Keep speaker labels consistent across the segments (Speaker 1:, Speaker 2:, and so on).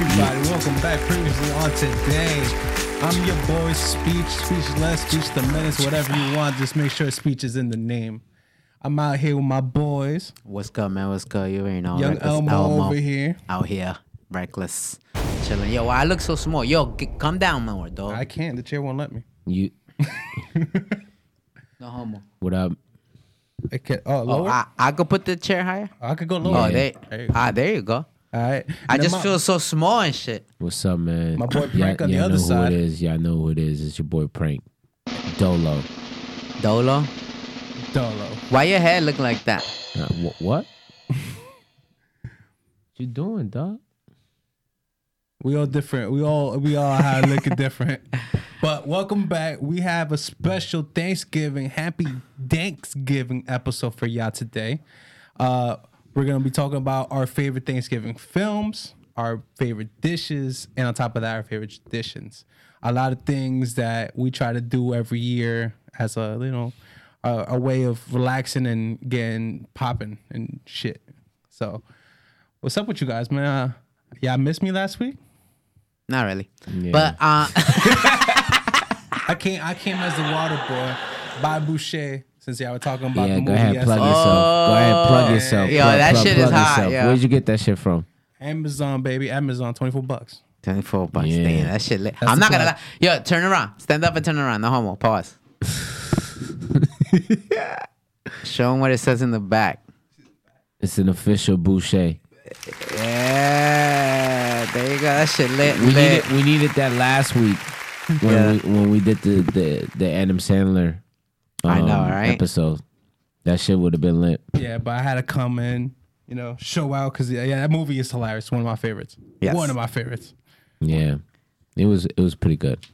Speaker 1: welcome back. Previously on today, I'm your boy Speech, Speechless, Speech the Menace, whatever you want. Just make sure speech is in the name. I'm out here with my boys,
Speaker 2: What's good, man? What's good? You already know.
Speaker 1: Young
Speaker 2: Reckless
Speaker 1: Elmo, over here.
Speaker 2: Out here, reckless, chilling. Yo, why I look so small? Yo, g- come down more, dog.
Speaker 1: I can't. The chair won't let me.
Speaker 3: You
Speaker 2: no homo.
Speaker 3: what up?
Speaker 1: It can, oh,
Speaker 2: Oh,
Speaker 1: lower. I,
Speaker 2: I, I could put the chair higher.
Speaker 1: could go lower.
Speaker 2: Oh, there.
Speaker 1: There you go.
Speaker 2: Ah, there you go.
Speaker 1: All right.
Speaker 2: I
Speaker 1: Now
Speaker 2: just
Speaker 1: my-
Speaker 2: feel so small and shit.
Speaker 3: What's up, man?
Speaker 1: My boy
Speaker 3: Y'all-
Speaker 1: Prank on the
Speaker 3: y'all
Speaker 1: other
Speaker 3: know
Speaker 1: side.
Speaker 3: Who it is? Y'all know who it is? It's your boy Prank. Dolo.
Speaker 2: Dolo,
Speaker 1: Dolo.
Speaker 2: why your hair look like that?
Speaker 3: Uh, wh- what? you doing, dog?
Speaker 1: We all different. We all we all have looking different. But welcome back. We have a special Thanksgiving, happy Thanksgiving episode for y'all today. Uh, we're gonna be talking about our favorite Thanksgiving films, our favorite dishes, and on top of that, our favorite traditions. A lot of things that we try to do every year as a you know a, a way of relaxing and getting popping and shit. So, what's up with you guys, man? Uh, y'all missed me last week.
Speaker 2: Not really.
Speaker 3: Yeah.
Speaker 2: But uh,
Speaker 1: I came I came as the water boy by Boucher since y'all were talking about
Speaker 3: yeah,
Speaker 1: the
Speaker 3: go
Speaker 1: movie Oh,
Speaker 3: ahead, plug
Speaker 1: yesterday.
Speaker 3: yourself. Go ahead, plug yourself.
Speaker 2: Yo,
Speaker 3: Plug-
Speaker 2: that
Speaker 3: plug-
Speaker 2: shit is
Speaker 3: plug
Speaker 2: hot,
Speaker 3: yourself.
Speaker 2: yo.
Speaker 3: Where'd you get that shit from?
Speaker 1: Amazon baby, Amazon, twenty four bucks.
Speaker 2: twenty-four bucks.
Speaker 3: Yeah.
Speaker 2: Damn, that shit lit.
Speaker 1: That's
Speaker 2: I'm
Speaker 1: the
Speaker 2: not gonna
Speaker 1: plug.
Speaker 2: lie. Yo, turn around. Stand up and turn around. No homo. Pause. Show him what it says in the back.
Speaker 3: It's an official boucher.
Speaker 2: Yeah, there you go. That shit lit.
Speaker 3: We
Speaker 2: lit.
Speaker 3: needed, we needed that last week when
Speaker 2: Yeah.
Speaker 3: we when we did the the, the Adam Sandler
Speaker 2: I know,
Speaker 3: um,
Speaker 2: right?
Speaker 3: episode. That shit would have been lit.
Speaker 1: Yeah, but I had to come in, you know, show out because yeah, yeah, that movie is hilarious. One of my favorites.
Speaker 2: Yes.
Speaker 1: One of my favorites.
Speaker 3: Yeah, it was it was pretty good.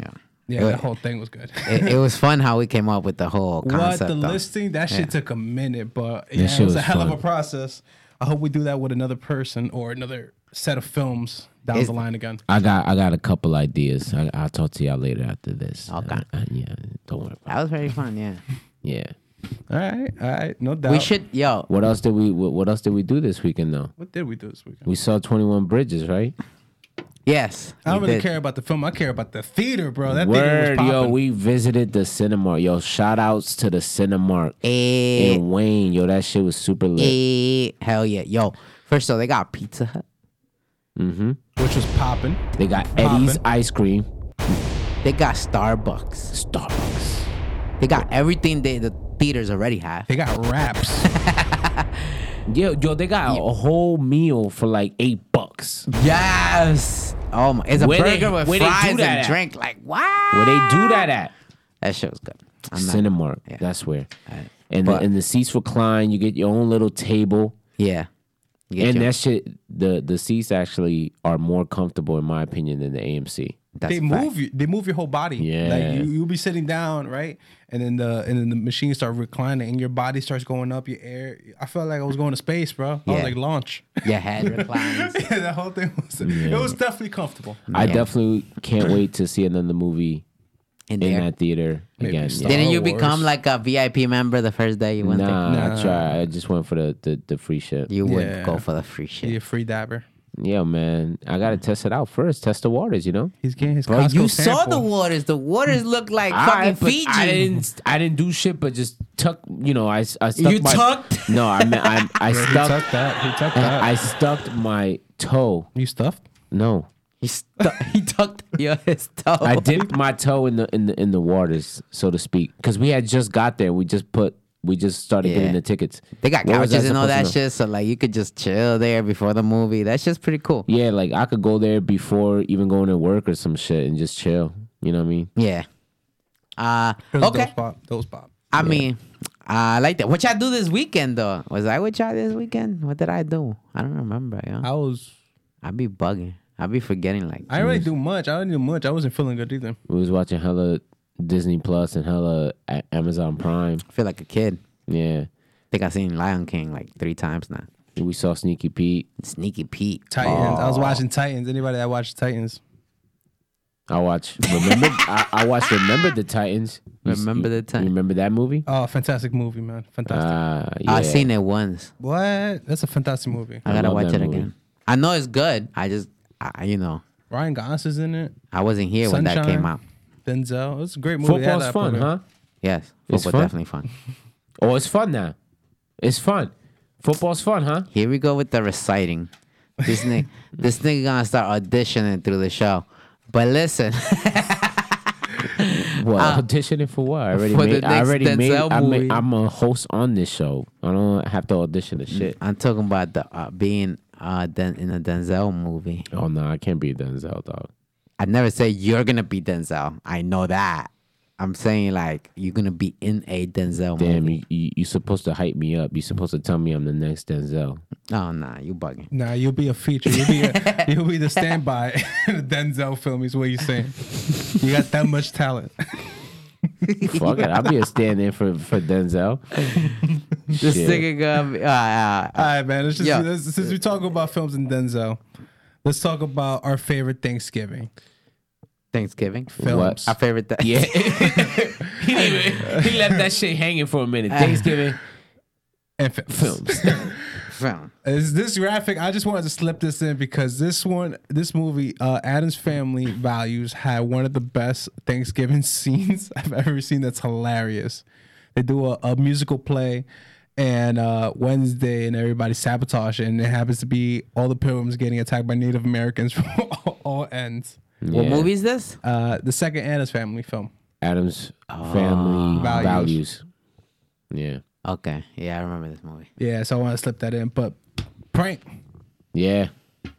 Speaker 2: Yeah.
Speaker 1: Yeah,
Speaker 2: It-
Speaker 1: that whole thing was good.
Speaker 2: It, it was fun how we came up with the whole
Speaker 1: what
Speaker 2: concept.
Speaker 1: the
Speaker 2: though.
Speaker 1: listing? That shit took a minute, but yeah, it
Speaker 3: shit
Speaker 1: was, a
Speaker 3: was
Speaker 1: hell of
Speaker 3: fun.
Speaker 1: a process. I hope we do that with another person or another set of films down
Speaker 2: Is-
Speaker 1: the line again.
Speaker 3: I got I got a couple ideas. I, I'll talk to y'all later after this.
Speaker 2: Okay.
Speaker 3: Uh, uh, yeah, don't worry. About it.
Speaker 2: That was very fun. Yeah.
Speaker 3: Yeah.
Speaker 1: All right, all right, no
Speaker 3: Uh,
Speaker 1: doubt.
Speaker 2: We should, yo.
Speaker 3: What else did we What, what else did we do this weekend though?
Speaker 1: What did we do this weekend?
Speaker 3: We saw Twenty One Bridges, right?
Speaker 2: Yes.
Speaker 1: I don't
Speaker 2: we
Speaker 1: really
Speaker 2: did.
Speaker 1: care about the film. I care about the theater, bro. That theater was
Speaker 3: Word,
Speaker 1: popping.
Speaker 3: yo, we visited the Cinemark. Yo, shout outs to the Cinemark
Speaker 2: Eh,
Speaker 3: in Wayne. Yo, that shit was super lit.
Speaker 2: eh, hell yeah. Yo, first of all, they got Pizza Hut.
Speaker 1: which was popping.
Speaker 2: Eh.
Speaker 3: They got Eddie's
Speaker 1: Poppin'.
Speaker 3: ice cream,
Speaker 2: They got Starbucks.
Speaker 3: Starbucks.
Speaker 2: They got everything they, the theaters already have.
Speaker 1: They got wraps.
Speaker 3: Yo, yo, they got a whole meal for like eight bucks.
Speaker 2: Yes. Oh, my. It's a
Speaker 3: Where they-
Speaker 2: burger with
Speaker 3: where they do
Speaker 2: fries
Speaker 3: that
Speaker 2: and
Speaker 3: at?
Speaker 2: drink. Like, wow.
Speaker 3: Where they do that at?
Speaker 2: That shit was good. I'm not,
Speaker 3: Cinemark. That's where.
Speaker 2: Alright.
Speaker 3: And
Speaker 2: But-
Speaker 3: the, and the seats recline. You get your own little table.
Speaker 2: yeah. You get
Speaker 3: and
Speaker 2: your-
Speaker 3: that shit, the the seats actually are more comfortable in my opinion than the AMC.
Speaker 2: that's
Speaker 1: they
Speaker 2: a fact.
Speaker 1: move you. They move your whole body.
Speaker 3: Yeah.
Speaker 1: Like you, you'll be sitting down, right? And then the and then the machine start reclining, and your body starts going up. Your air. I felt like I was going to space, bro. I was
Speaker 2: Yeah.
Speaker 1: like launch.
Speaker 2: Your head reclines.
Speaker 1: yeah, that whole thing was. It was definitely comfortable.
Speaker 3: I
Speaker 2: Yeah.
Speaker 3: definitely can't wait to see another movie
Speaker 2: in
Speaker 3: in
Speaker 2: there.
Speaker 3: that theater again.
Speaker 1: Star
Speaker 3: Yeah.
Speaker 2: Didn't you
Speaker 1: Wars.
Speaker 2: become like a VIP member the first day you went
Speaker 3: Nah,
Speaker 2: there?
Speaker 3: I tried. I just went for the the, the free shit.
Speaker 2: You would
Speaker 1: Yeah.
Speaker 2: go for the free shit.
Speaker 1: Be a free dabber.
Speaker 3: yeah, man. I gotta test it out first. Test the waters. You know.
Speaker 1: He's getting his.
Speaker 2: Bro,
Speaker 1: Costco
Speaker 2: Oh, you saw the
Speaker 1: sample.
Speaker 2: waters. The waters look like
Speaker 3: Alright,
Speaker 2: fucking
Speaker 3: but
Speaker 2: Fiji.
Speaker 3: I didn't. I didn't do shit, but just tuck. You know, I s- I stuck
Speaker 2: You
Speaker 3: my-
Speaker 2: tucked?
Speaker 3: No, I meant I I
Speaker 1: He
Speaker 3: stuck.
Speaker 1: tucked that. He tucked that.
Speaker 3: I stuck my toe.
Speaker 1: you stuffed.
Speaker 3: No,
Speaker 2: he, stu- he tucked your his toe.
Speaker 3: I dipped my toe in the in the in the waters, so to speak, because we had just got there. We just put. We just started
Speaker 2: Yeah.
Speaker 3: getting the tickets.
Speaker 2: They got
Speaker 3: What was I
Speaker 2: couches and all that
Speaker 3: supposed to know?
Speaker 2: shit, so like you could just chill there before the movie. That shit's pretty cool.
Speaker 3: Yeah, like I could go there before even going to work or some shit and just chill. You know what I mean?
Speaker 2: Yeah. Uh
Speaker 1: It was
Speaker 2: okay.
Speaker 1: Those pop. Those pop.
Speaker 2: I mean, I like that. What y'all do this weekend though? Was I with y'all this weekend? What did I do? I don't remember. Yo.
Speaker 1: I was.
Speaker 2: I be bugging. I be forgetting like
Speaker 1: I didn't really do much. I didn't do much. I wasn't feeling good either.
Speaker 3: We was watching hella Disney Plus and hella A- Amazon Prime.
Speaker 2: I feel like a kid.
Speaker 3: Yeah,
Speaker 2: think I've seen Lion King like three times now.
Speaker 3: we saw Sneaky Pete.
Speaker 2: Sneaky Pete.
Speaker 1: Titans. I was watching Titans. Anybody that watched Titans.
Speaker 3: I watch. Remember, I, I watched. Remember the Titans. You s-
Speaker 2: Remember
Speaker 3: you-
Speaker 2: the Titan-
Speaker 3: You remember that movie?
Speaker 1: Oh, fantastic movie, man. Fantastic.
Speaker 3: Ah,
Speaker 2: I
Speaker 3: yeah.
Speaker 2: seen it once.
Speaker 1: What? That's a fantastic movie.
Speaker 2: I, gotta
Speaker 3: love
Speaker 2: watch
Speaker 3: that
Speaker 2: it
Speaker 3: movie.
Speaker 2: again. I know it's good. I just I, you know,
Speaker 1: Ryan Gosling's in it.
Speaker 2: I wasn't here when that
Speaker 1: Sunshine.
Speaker 2: came out.
Speaker 1: Denzel. It's a great movie. They had
Speaker 3: Football's
Speaker 1: that
Speaker 3: fun,
Speaker 1: program.
Speaker 3: huh?
Speaker 2: Yes,
Speaker 3: It's
Speaker 2: football
Speaker 3: fun?
Speaker 2: definitely fun.
Speaker 3: Oh, it's fun now. It's fun. Football's fun, huh?
Speaker 2: Here we go with the reciting. This nigga, this nigga gonna start auditioning through the show. But listen,
Speaker 3: What Uh, auditioning for what? I already
Speaker 2: for the
Speaker 3: made. I
Speaker 2: next
Speaker 3: already made.
Speaker 2: Denzel
Speaker 3: I
Speaker 2: movie.
Speaker 3: made I'm a host on this show. I don't have to audition the shit.
Speaker 2: I'm talking about the uh, being uh, Den- in a Denzel movie.
Speaker 3: Oh no, I can't be Denzel dog.
Speaker 2: I never say you're gonna be Denzel. I know that. I'm saying like you're gonna be in a Denzel
Speaker 3: Damn,
Speaker 2: movie.
Speaker 3: you, you you supposed to hype me up. You supposed to tell me I'm the next Denzel.
Speaker 2: Oh nah, you bugging.
Speaker 1: Nah, you'll be a feature. You'll be a, you'll be the standby in the Denzel film. Is what you're saying. You got that much talent.
Speaker 3: Fuck it, I'll be a stand-in for for Denzel.
Speaker 2: This
Speaker 3: Shit.
Speaker 2: nigga gonna be, uh, uh,
Speaker 1: All right, man. Let's just
Speaker 2: Yeah.
Speaker 1: let's- since we talk about films and Denzel, let's talk about our favorite Thanksgiving
Speaker 2: Thanksgiving.
Speaker 1: films.
Speaker 2: Our favorite thing.
Speaker 3: Yeah. he, didn't even- he left that shit hanging for a minute. Thanksgiving
Speaker 1: And fi-
Speaker 3: films.
Speaker 2: Film.
Speaker 1: Is this graphic? I just wanted to slip this in because this one, this movie, uh, Adam's Family Values had one of the best Thanksgiving scenes I've ever seen. That's hilarious. They do a, a musical play and uh, Wednesday, and everybody sabotage, it, and it happens to be all the pilgrims getting attacked by Native Americans from all, all ends.
Speaker 2: What
Speaker 3: Yeah.
Speaker 2: movie is this?
Speaker 1: Uh, the second Adam's Family film.
Speaker 3: Adam's family
Speaker 1: Values.
Speaker 3: Oh. values. Yeah.
Speaker 2: Okay. Yeah, I remember this movie.
Speaker 1: Yeah, so I want to slip that in. But prank,
Speaker 3: Yeah.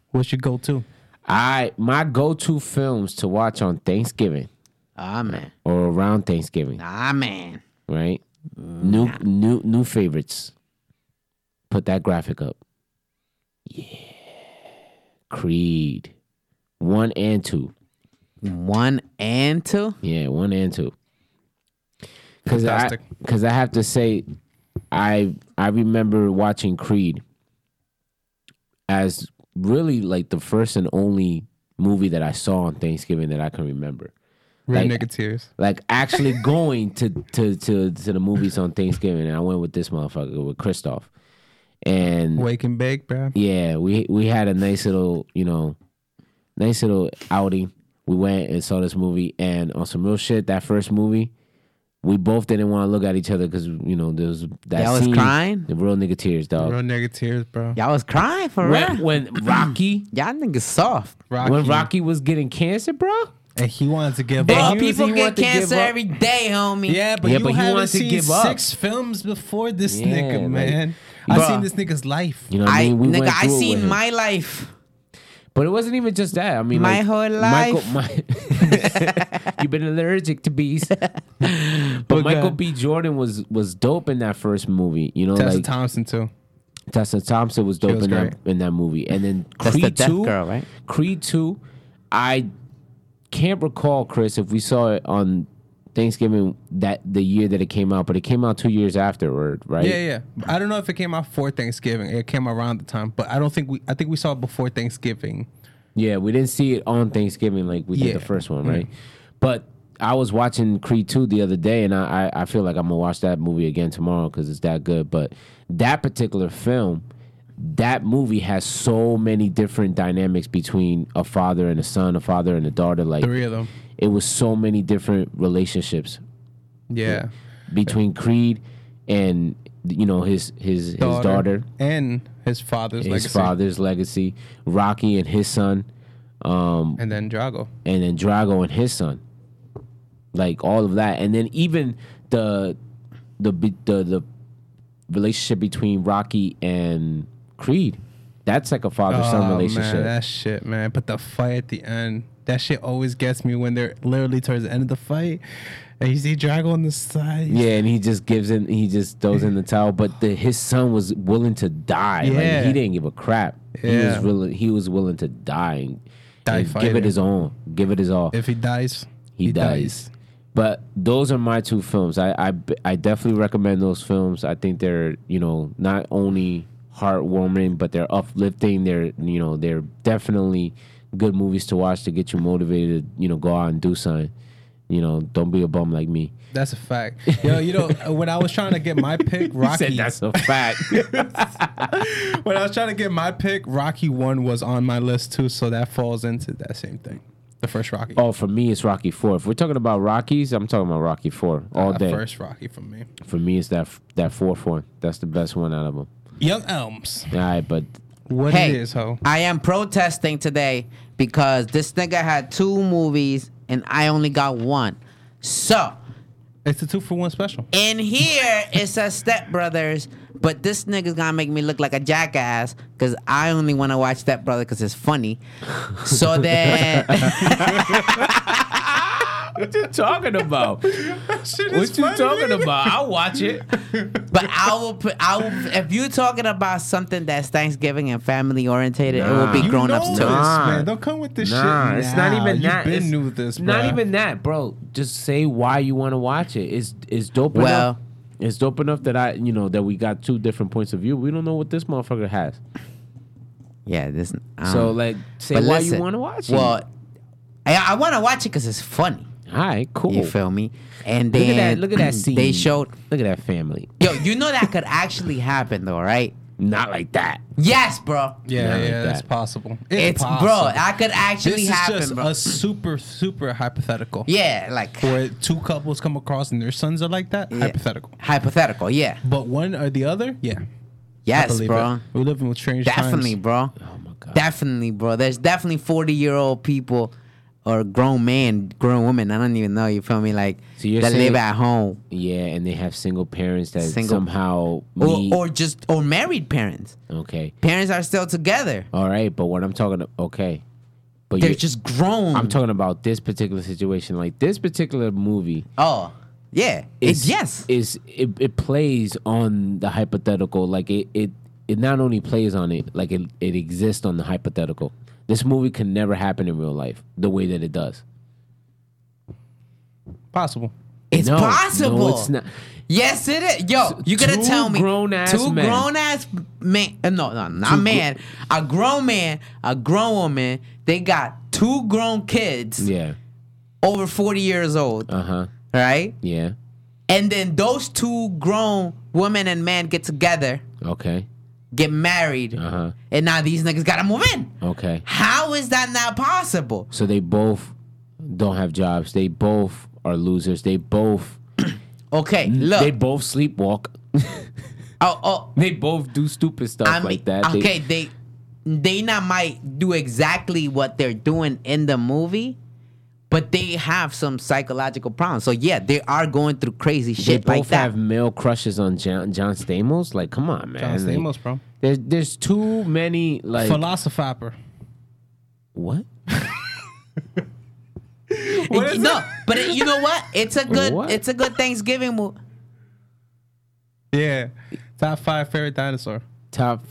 Speaker 1: what's your go-to?
Speaker 3: I my go-to films to watch on Thanksgiving
Speaker 2: Ah man.
Speaker 3: or around Thanksgiving,
Speaker 2: Ah man.
Speaker 3: right? New new new favorites. Put that graphic up. Yeah. Creed. One and two.
Speaker 2: One and two.
Speaker 3: Yeah, one and two. Because I,
Speaker 1: Fantastic.
Speaker 3: because I have to say, I I remember watching Creed as really like the first and only movie that I saw on Thanksgiving that I can remember.
Speaker 1: Red
Speaker 3: Like-
Speaker 1: nigga tears.
Speaker 3: Like actually going to to to to the movies on Thanksgiving, and I went with this motherfucker with Christoph, and
Speaker 1: Wake and bake, bro.
Speaker 3: yeah, we we had a nice little, you know, nice little outing. We went and saw this movie, and on some real shit, that first movie, we both didn't want to look at each other because you know there was that
Speaker 2: Y'all was
Speaker 3: scene,
Speaker 2: crying?
Speaker 3: the real nigga tears, dog.
Speaker 1: Real nigga tears, bro.
Speaker 2: Y'all was crying for
Speaker 3: When,
Speaker 2: real.
Speaker 3: when Rocky,
Speaker 2: Y'all niggas soft.
Speaker 1: Rocky.
Speaker 3: when Rocky was getting cancer, bro.
Speaker 1: and he wanted to give
Speaker 3: And
Speaker 2: Well,
Speaker 1: up.
Speaker 3: he was-
Speaker 2: people
Speaker 3: he
Speaker 2: get
Speaker 3: wanted to give
Speaker 2: cancer
Speaker 3: up.
Speaker 2: every day, homie.
Speaker 1: yeah, but
Speaker 3: Yeah,
Speaker 1: you
Speaker 3: but he
Speaker 1: haven't
Speaker 3: wanted to
Speaker 1: seen
Speaker 3: give up.
Speaker 1: six films before this
Speaker 3: Yeah,
Speaker 1: nigga,
Speaker 3: like-
Speaker 1: man.
Speaker 2: Bruh.
Speaker 1: I seen this nigga's life.
Speaker 3: You know what I,
Speaker 2: I,
Speaker 3: mean?
Speaker 2: nigga,
Speaker 3: went
Speaker 2: I
Speaker 3: through it with
Speaker 2: seen
Speaker 3: him.
Speaker 2: my life.
Speaker 3: But it wasn't even just that. I mean,
Speaker 2: My
Speaker 3: like,
Speaker 2: whole life.
Speaker 3: my, you've been allergic to bees. but Michael B. Jordan was was dope in that first movie. You know,
Speaker 1: Tessa
Speaker 3: like
Speaker 1: Thompson too.
Speaker 3: Tessa Thompson was dope
Speaker 1: was
Speaker 3: in that in that movie, and then
Speaker 2: That's
Speaker 3: Creed
Speaker 2: the deaf
Speaker 3: two,
Speaker 2: girl, right?
Speaker 3: Creed two, I can't recall Chris if we saw it on Thanksgiving that the year that it came out, but it came out two years afterward, right?
Speaker 1: Yeah, yeah. I don't know if it came out for Thanksgiving. It came around the time, but I don't think we. I think we saw it before Thanksgiving.
Speaker 3: Yeah, we didn't see it on Thanksgiving like we did
Speaker 1: Yeah. Mm.
Speaker 3: the first one, right? But I was watching Creed 2 the other day, and I, I, I feel like I'm gonna watch that movie again tomorrow because it's that good. But that particular film, that movie has so many different dynamics between a father and a son, a father and a daughter. Like
Speaker 1: Three of them.
Speaker 3: it was so many different relationships
Speaker 1: Yeah.
Speaker 3: between Creed and you know his his his daughter
Speaker 1: and his father's
Speaker 3: his
Speaker 1: legacy,
Speaker 3: father's legacy, Rocky and his son.
Speaker 1: and then Drago.
Speaker 3: and then Drago and his son, like all of that, and then even the the be- the the relationship between Rocky and Creed, that's like a father son
Speaker 1: Oh,
Speaker 3: relationship.
Speaker 1: Man, that shit, man. But the fight at the end, that shit always gets me when they're literally towards the end of the fight, and you see Drago on the side. he's
Speaker 3: yeah, and he just gives in, he just throws in the towel. But the, his son was willing to die.
Speaker 1: Yeah.
Speaker 3: Like, he didn't give a crap. He
Speaker 1: Yeah.
Speaker 3: was willing. He was willing to die. and-
Speaker 1: Die
Speaker 3: and give
Speaker 1: fighting.
Speaker 3: it his own. Give it his all.
Speaker 1: If he dies,
Speaker 3: he, dies. But those are my two films. I, I I definitely recommend those films. I think they're you know not only heartwarming, but they're uplifting. They're you know they're definitely good movies to watch to get you motivated. You know, go out and do something. You know, don't be a bum like me.
Speaker 1: That's a fact. Yo, you know, when I was trying to get my pick,
Speaker 3: I
Speaker 1: Rocky.
Speaker 3: said that's a fact.
Speaker 1: when I was trying to get my pick, Rocky One was on my list too, so that falls into that same thing. The first Rocky.
Speaker 3: oh, for me, it's Rocky Four. If we're talking about Rockies, I'm talking about Rocky Four all
Speaker 1: the
Speaker 3: day.
Speaker 1: first Rocky from me.
Speaker 3: For me, it's that that fourth one. That's the best one out of them.
Speaker 1: Young Elms.
Speaker 3: All right, but
Speaker 1: What
Speaker 2: Hey,
Speaker 1: it is, ho?
Speaker 2: I am protesting today because this nigga had two movies and I only got one. So
Speaker 1: It's a two for one special.
Speaker 2: in here it says Step Brothers, but this nigga's gonna make me look like a jackass because I only want to watch Step Brother because it's funny. So then
Speaker 3: what you talking about?
Speaker 1: Shit
Speaker 3: what you talking about? I'll watch it.
Speaker 2: But I will put. I will. If you're talking about something that's Thanksgiving and family orientated, it will be
Speaker 3: Nah.
Speaker 1: You
Speaker 2: grown ups
Speaker 1: know
Speaker 2: too.
Speaker 1: this,
Speaker 3: Nah.
Speaker 1: man. Don't come with this
Speaker 3: Nah,
Speaker 1: shit.
Speaker 3: it's not
Speaker 1: now.
Speaker 3: even
Speaker 1: You've
Speaker 3: that.
Speaker 1: Been
Speaker 3: it's
Speaker 1: knew this,
Speaker 3: Not
Speaker 1: bruh.
Speaker 3: even that, bro. Just say why you want to watch it. It's it's dope
Speaker 2: Well-
Speaker 3: enough. It's dope enough that I, you know, that we got two different points of view. We don't know what this motherfucker has.
Speaker 2: Yeah, this. Um,
Speaker 3: So like, say
Speaker 2: but
Speaker 3: why
Speaker 2: listen,
Speaker 3: you want to watch
Speaker 2: Well,
Speaker 3: it.
Speaker 2: I, I want to watch it because it's funny.
Speaker 3: All right, cool.
Speaker 2: You
Speaker 3: Look
Speaker 2: feel me? And
Speaker 3: at
Speaker 2: then
Speaker 3: that. Look at that scene.
Speaker 2: They showed.
Speaker 3: Look at that family.
Speaker 2: Yo, you know that could actually happen though, right?
Speaker 3: Not like that.
Speaker 2: Yes, bro.
Speaker 1: Yeah,
Speaker 3: Not like
Speaker 1: yeah, that's
Speaker 3: that.
Speaker 1: possible.
Speaker 2: It's
Speaker 1: possible.
Speaker 2: bro. That could
Speaker 1: This
Speaker 2: actually
Speaker 1: is
Speaker 2: happen,
Speaker 1: just
Speaker 2: bro.
Speaker 1: a super, super hypothetical.
Speaker 2: yeah, like
Speaker 1: Where two couples come across and their sons are like that.
Speaker 2: Yeah.
Speaker 1: Hypothetical.
Speaker 2: hypothetical. Yeah.
Speaker 1: But one or the other, yeah. I
Speaker 2: Yes,
Speaker 1: believe
Speaker 2: bro.
Speaker 1: it. We're living with strange
Speaker 2: Definitely,
Speaker 1: times.
Speaker 2: bro.
Speaker 3: Oh my god.
Speaker 2: Definitely, bro. There's definitely 40 year old people or grown man, grown woman. I don't even know. You feel me? Like
Speaker 3: So you're
Speaker 2: that live
Speaker 3: saying-
Speaker 2: at home
Speaker 3: yeah, and they have single parents that
Speaker 2: Single-
Speaker 3: somehow
Speaker 2: or,
Speaker 3: meet.
Speaker 2: or just or married parents.
Speaker 3: okay.
Speaker 2: Parents are still together.
Speaker 3: All right, but what I'm talking okay, but
Speaker 2: They're
Speaker 3: you-
Speaker 2: just grown.
Speaker 3: I'm talking about this particular situation, like this particular movie.
Speaker 2: oh, yeah. It's
Speaker 3: Is,
Speaker 2: yes.
Speaker 3: is it, it plays on the hypothetical? Like it, it, it not only plays on it, like it, it exists on the hypothetical. This movie can never happen in real life the way that it does.
Speaker 1: Possible.
Speaker 2: it's
Speaker 3: No,
Speaker 2: possible.
Speaker 3: No, it's not.
Speaker 2: Yes, it is. Yo, you gonna
Speaker 3: two
Speaker 2: tell me
Speaker 3: grown-ass
Speaker 2: two
Speaker 3: men.
Speaker 2: grown ass man? uh, No, no, not man. a grown man, a grown woman. They got two grown kids
Speaker 3: Yeah.
Speaker 2: over forty years old,
Speaker 3: Uh huh.
Speaker 2: right?
Speaker 3: Yeah.
Speaker 2: and then those two grown women and men get together,
Speaker 3: Okay.
Speaker 2: get married,
Speaker 3: Uh huh.
Speaker 2: and now these niggas gotta move in.
Speaker 3: Okay.
Speaker 2: How is that not possible?
Speaker 3: So they both don't have jobs. They both are losers. They both
Speaker 2: Okay,
Speaker 3: they
Speaker 2: look.
Speaker 3: both sleepwalk.
Speaker 2: Oh, oh,
Speaker 3: they both do stupid stuff
Speaker 2: I mean,
Speaker 3: like that. They-
Speaker 2: e- okay, they they not might do exactly what they're doing in the movie, but they have some psychological problems. So yeah, they are going through crazy
Speaker 3: they
Speaker 2: shit
Speaker 3: both
Speaker 2: like that.
Speaker 3: have male crushes on John, John Stamos. Like, come on, man.
Speaker 1: John
Speaker 3: Like,
Speaker 1: Stamos, Uh, bro.
Speaker 3: There's there's too many like
Speaker 1: Philosopher.
Speaker 3: what?
Speaker 1: What is
Speaker 2: no,
Speaker 1: it?
Speaker 2: but it- you know what? It's a good
Speaker 3: What?
Speaker 2: it's a good Thanksgiving movie.
Speaker 1: Yeah. Top five favorite dinosaur.
Speaker 3: Top
Speaker 2: Oh,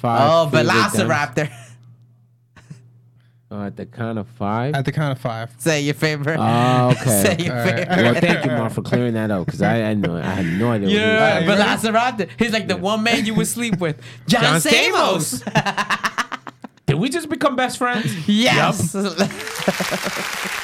Speaker 3: five. favorite dance-
Speaker 2: Velociraptor.
Speaker 3: Oh, at the count of five.
Speaker 1: At the count of five.
Speaker 2: Say your favorite.
Speaker 3: Oh,
Speaker 2: Say
Speaker 3: okay.
Speaker 2: your
Speaker 1: All right.
Speaker 2: favorite.
Speaker 3: well, thank you, Mark, for clearing that up because I I know I had no idea. what you-
Speaker 1: Yeah.
Speaker 2: But Velociraptor. He's like the one man you would sleep with. John,
Speaker 3: John
Speaker 2: Samos.
Speaker 3: Did we just become best friends?
Speaker 2: Yes.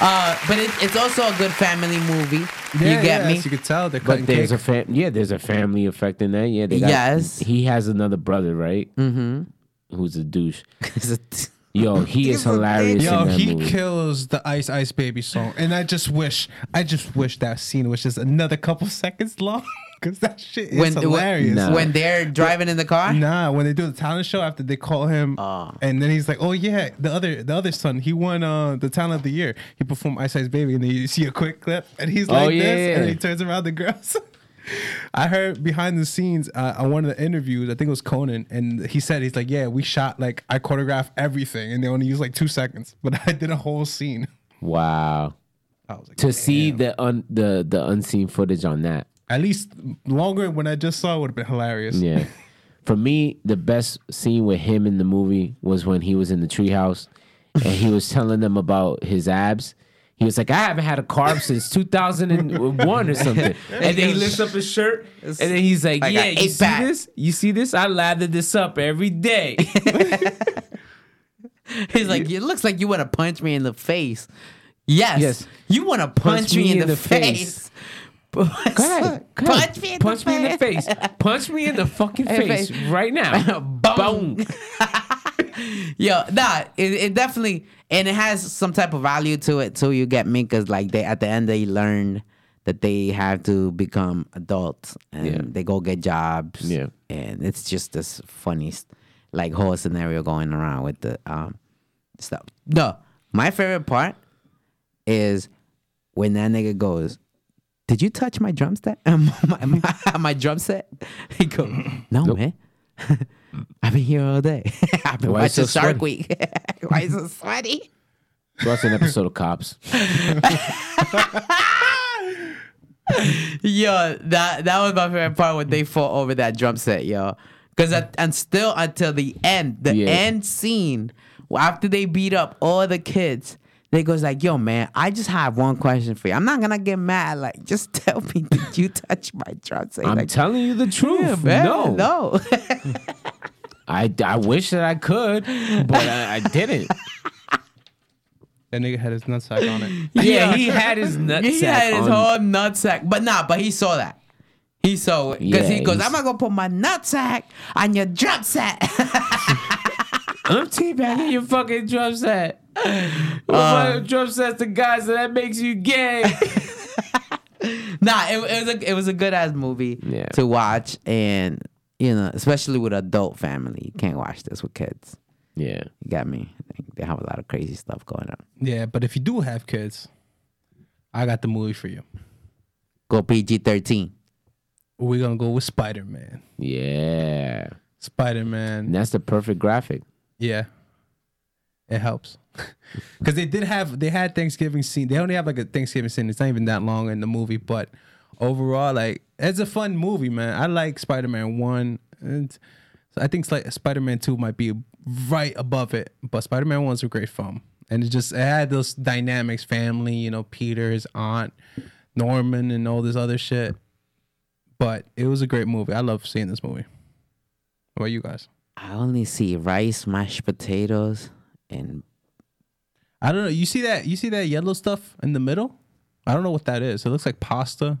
Speaker 2: uh, but it, it's also a good family movie. you get me?
Speaker 1: As you can tell, they're
Speaker 3: But
Speaker 1: cutting
Speaker 3: there's
Speaker 1: cake.
Speaker 3: a fam- yeah, there's a family effect in that. Yeah, they got,
Speaker 2: Yes.
Speaker 3: He has another brother, right? Mm-hmm. Who's a douche?
Speaker 2: It's a-
Speaker 3: Yo, he is
Speaker 2: He's a
Speaker 3: hilarious
Speaker 2: bitch.
Speaker 1: Yo,
Speaker 3: in that
Speaker 1: he
Speaker 3: movie.
Speaker 1: kills the Ice Ice Baby song, and I just wish, I just wish that scene was just another couple seconds long, because that shit is hilarious.
Speaker 3: Nah.
Speaker 2: when they're driving in the car.
Speaker 1: Nah, when they do the talent show after they call him,
Speaker 3: Ah.
Speaker 1: and then he's like, "Oh yeah, the other the other son, he won uh, the talent of the year. He performed Ice Ice Baby, and then you see a quick clip, and he's like this,
Speaker 3: Oh, yeah.
Speaker 1: and he turns around the girls." I heard behind the scenes uh, on one of the interviews, I think it was Conan, and he said he's like, "Yeah, we shot like I choreographed everything, and they only used like two seconds, but I did a whole scene."
Speaker 3: Wow.
Speaker 1: I was like,
Speaker 2: Oh,
Speaker 3: to see the un the the unseen footage on that.
Speaker 1: at least longer when I just saw would have been hilarious.
Speaker 3: Yeah. For me, the best scene with him in the movie was when he was in the treehouse and he was telling them about his abs. He was like, I haven't had a carb since 2001 or something. And then he lifts up his shirt and then he's like,
Speaker 2: I got
Speaker 3: Yeah, you
Speaker 2: eight
Speaker 3: see
Speaker 2: back."
Speaker 3: this? You see this? I lather this up every day.
Speaker 2: He's like, it looks like you want to punch me in the face. Yes.
Speaker 3: Yes.
Speaker 2: You want to punch, me, in, the, face. Go
Speaker 3: Go ahead. Go ahead.
Speaker 2: Punch me in
Speaker 3: Punch
Speaker 2: the
Speaker 3: me
Speaker 2: face.
Speaker 3: in the face. Punch me in the fucking
Speaker 2: In the
Speaker 3: face
Speaker 2: face.
Speaker 3: right now.
Speaker 2: Boom.
Speaker 3: Boom.
Speaker 2: Yo, nah, it, it definitely and it has some type of value to it too. You get me? Because like they at the end they learn that they have to become adults and
Speaker 3: Yeah.
Speaker 2: they go get jobs.
Speaker 3: Yeah.
Speaker 2: and it's just this funny s- like whole scenario going around with the um stuff. No, my favorite part is when that nigga goes. Did you touch my drum set? my, my, my drum set? He goes, no, man. I've been here all day. I've been
Speaker 3: Why is
Speaker 2: watching
Speaker 3: it so
Speaker 2: Shark
Speaker 3: sweaty?
Speaker 2: Week. Why is it sweaty?
Speaker 3: Watch an episode of Cops.
Speaker 2: Yo, that that was my favorite part when they fought over that drum set, yo. Cause at, and still until the end, the
Speaker 3: Yeah.
Speaker 2: end scene, well, after they beat up all the kids, they goes like, "Yo, man, I just have one question for you. I'm not gonna get mad. Like, just tell me, did you touch my drum set?
Speaker 3: I'm
Speaker 2: like,
Speaker 3: telling you the
Speaker 2: "Yeah,
Speaker 3: truth.
Speaker 2: man,
Speaker 3: no.
Speaker 2: no.
Speaker 3: I, I wish that I could, but I, I didn't.
Speaker 1: That nigga had his nutsack on it.
Speaker 3: Yeah, he had his nutsack.
Speaker 2: He had his
Speaker 3: on-
Speaker 2: whole nutsack. But nah, but he saw that. He saw it. Because
Speaker 3: Yeah,
Speaker 2: he goes,
Speaker 3: he's-
Speaker 2: I'm not going to put my nutsack on your drum set.
Speaker 3: I'm teabagging your fucking drum set.
Speaker 2: Uh,
Speaker 3: my drum set's the guy, so that makes you gay.
Speaker 2: nah, it, it was a, it was a good ass movie
Speaker 3: Yeah.
Speaker 2: to watch. And, you know, especially with adult family. You can't watch this with kids.
Speaker 3: yeah.
Speaker 2: You got me? Like, They have a lot of crazy stuff going on.
Speaker 1: Yeah, but if you do have kids, I got the movie for you.
Speaker 2: Go PG 13.
Speaker 1: We're gonna go with Spider Man.
Speaker 3: Yeah.
Speaker 1: Spider Man.
Speaker 3: And that's the perfect graphic.
Speaker 1: Yeah, it helps because they did have they had Thanksgiving scene. They only have like a Thanksgiving scene. It's not even that long in the movie, but overall, like it's a fun movie, man. I like Spider Man one, and I think like Spider Man two might be right above it, but Spider Man one's a great film, and it just it had those dynamics, family, you know, Peter, his aunt, Norman, and all this other shit. But it was a great movie. I love seeing this movie. What about you guys?
Speaker 2: I only see rice, mashed potatoes, and
Speaker 1: I don't know. You see that? You see that yellow stuff in the middle? I don't know what that is. It looks like pasta.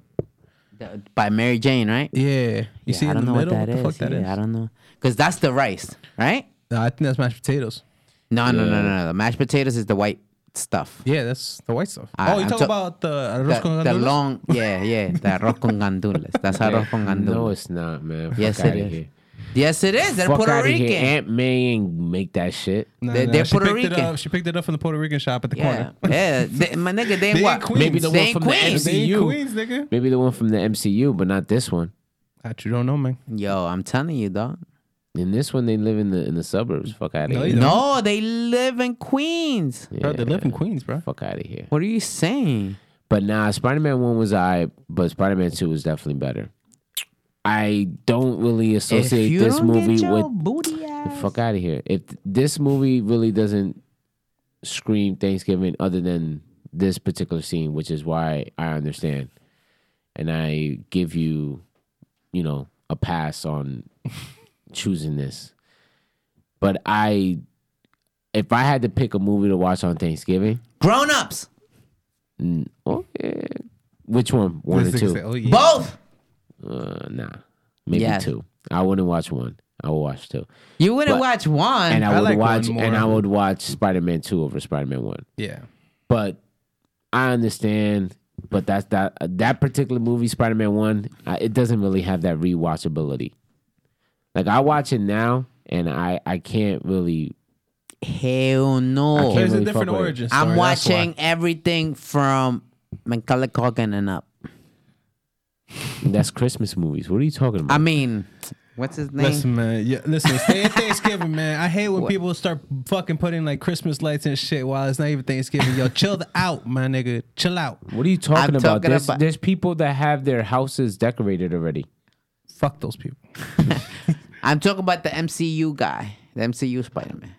Speaker 2: by Mary Jane, right?
Speaker 1: Yeah. You
Speaker 2: Yeah,
Speaker 1: see it
Speaker 2: I
Speaker 1: in
Speaker 2: don't
Speaker 1: the
Speaker 2: know
Speaker 1: middle?
Speaker 2: what that
Speaker 1: the
Speaker 2: is.
Speaker 1: fuck that
Speaker 2: yeah,
Speaker 1: is?
Speaker 2: I don't know. Because that's the rice, right?
Speaker 1: No, I think that's mashed potatoes.
Speaker 2: No, no, no,
Speaker 3: Yeah.
Speaker 2: no, no. Mashed potatoes is the white stuff.
Speaker 1: Yeah, that's the white stuff.
Speaker 2: I-
Speaker 1: oh, you
Speaker 2: I'm
Speaker 1: talk
Speaker 2: ta-
Speaker 1: about the arroz
Speaker 2: The,
Speaker 1: con
Speaker 2: the
Speaker 1: gandules?
Speaker 2: long, yeah, yeah. The arroz con gandules. That's arroz con
Speaker 3: No,
Speaker 2: gandules.
Speaker 3: it's not, man. Fuck
Speaker 2: Yes,
Speaker 3: outta
Speaker 2: it is.
Speaker 3: Here.
Speaker 2: yes, it is. They're
Speaker 3: Fuck
Speaker 2: Puerto
Speaker 3: outta
Speaker 2: Rican.
Speaker 3: Here. Aunt May ain't make that shit.
Speaker 1: Nah,
Speaker 2: they're-
Speaker 1: nah,
Speaker 2: they're
Speaker 1: she
Speaker 2: Puerto
Speaker 1: picked it
Speaker 2: Rican.
Speaker 1: up- She picked it up from the Puerto Rican shop at the
Speaker 2: yeah,
Speaker 1: corner.
Speaker 2: yeah. They, my nigga, they,
Speaker 1: They
Speaker 2: what?
Speaker 1: in Queens.
Speaker 3: Maybe the
Speaker 2: They
Speaker 3: one
Speaker 2: in
Speaker 3: from
Speaker 2: Queens.
Speaker 3: the
Speaker 1: They in
Speaker 3: MCU.
Speaker 1: Queens, nigga.
Speaker 3: Maybe the one from the MCU, but not this one.
Speaker 1: That you don't know, man.
Speaker 2: Yo, I'm telling you, dog.
Speaker 3: In this one, they live in the in the suburbs. Fuck out of
Speaker 1: No,
Speaker 3: here.
Speaker 1: you don't.
Speaker 2: No, they live in Queens.
Speaker 1: Bro, they live in Queens, bro.
Speaker 3: Fuck out of here.
Speaker 2: What are you saying?
Speaker 3: But nah, Spider Man One was alright, but Spider Man Two was definitely better. I don't really
Speaker 2: If
Speaker 3: associate
Speaker 2: you
Speaker 3: this
Speaker 2: don't get
Speaker 3: movie
Speaker 2: your
Speaker 3: with
Speaker 2: booty ass.
Speaker 3: fuck out of here. If this movie really doesn't scream Thanksgiving, other than this particular scene, which is why I understand, and I give you, you know, a pass on choosing this. But I, if I had to pick a movie to watch on Thanksgiving,
Speaker 2: Grown ups.
Speaker 3: mm, oh, yeah. which one? One or
Speaker 1: This nigga said,
Speaker 3: two?
Speaker 1: oh, yeah.
Speaker 2: Both.
Speaker 3: Uh, nah, maybe
Speaker 2: Yeah.
Speaker 3: two. I wouldn't watch one. I would watch two.
Speaker 2: You wouldn't
Speaker 3: But-
Speaker 2: watch one.
Speaker 3: and I,
Speaker 1: I
Speaker 3: would
Speaker 1: like
Speaker 3: watch
Speaker 1: one
Speaker 3: and
Speaker 1: more.
Speaker 3: I would watch Spider Man two over Spider Man one.
Speaker 1: Yeah.
Speaker 3: But I understand. But that's that that particular movie Spider Man one. I, it doesn't really have that rewatchability. Like I watch it now, and I I can't really.
Speaker 2: Hell no.
Speaker 3: I can't
Speaker 1: There's a
Speaker 3: really
Speaker 1: different
Speaker 3: fuck with it.
Speaker 1: origin story.
Speaker 2: I'm
Speaker 1: that's why.
Speaker 2: watching everything from Macaulay Culkin and up.
Speaker 3: That's Christmas movies. What are you talking about?
Speaker 2: I mean, what's his name?
Speaker 1: Listen, man. Yeah, listen. Stay at Thanksgiving, man. I hate when
Speaker 2: What?
Speaker 1: people start fucking putting like Christmas lights and shit while it's not even Thanksgiving. Yo, chill the out, my nigga. Chill out.
Speaker 3: what are you talking about?
Speaker 2: talking
Speaker 3: there's,
Speaker 2: about-
Speaker 3: there's people that have their houses decorated already.
Speaker 1: Fuck those people.
Speaker 2: I'm talking about the MCU guy, the MCU Spider Man,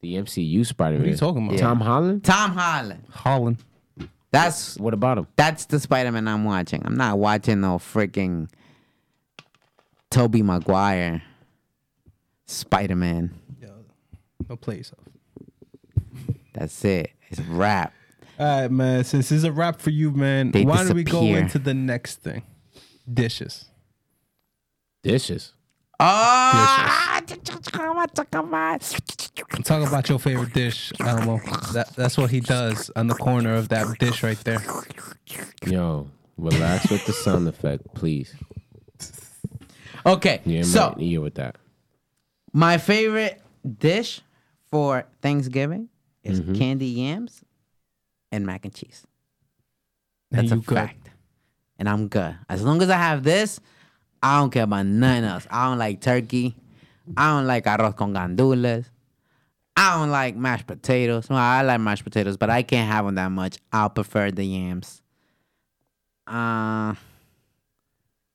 Speaker 3: The MCU Spider Man.
Speaker 1: What are you talking about?
Speaker 3: Tom Holland.
Speaker 2: Tom Holland.
Speaker 1: Holland.
Speaker 2: That's
Speaker 3: What about him?
Speaker 2: that's the Spider Man I'm watching. I'm not watching no freaking Toby Maguire Spider Man.
Speaker 1: Yo, no play yourself.
Speaker 2: That's it. It's rap.
Speaker 1: All right, man. Since this is a wrap for you, man,
Speaker 2: They
Speaker 1: why don't we go
Speaker 2: disappear.
Speaker 1: into the next thing? Dishes.
Speaker 3: Dishes.
Speaker 2: Ah, Dishes.
Speaker 1: Talk about your favorite dish, Elmo. That, that's what he does on the corner of that dish right there.
Speaker 3: Yo, relax with the sound effect, please.
Speaker 2: Okay,
Speaker 3: Yeah, I'm
Speaker 2: so
Speaker 3: right in the ear with that.
Speaker 2: my favorite dish for Thanksgiving is candy yams and mac and cheese. That's
Speaker 1: you
Speaker 2: a fact. And I'm good. As long as I have this, I don't care about nothing else. I don't like turkey. I don't like arroz con gandules. I don't like mashed potatoes. Well, I like mashed potatoes, but I can't have them that much. I'll prefer the yams. Uh,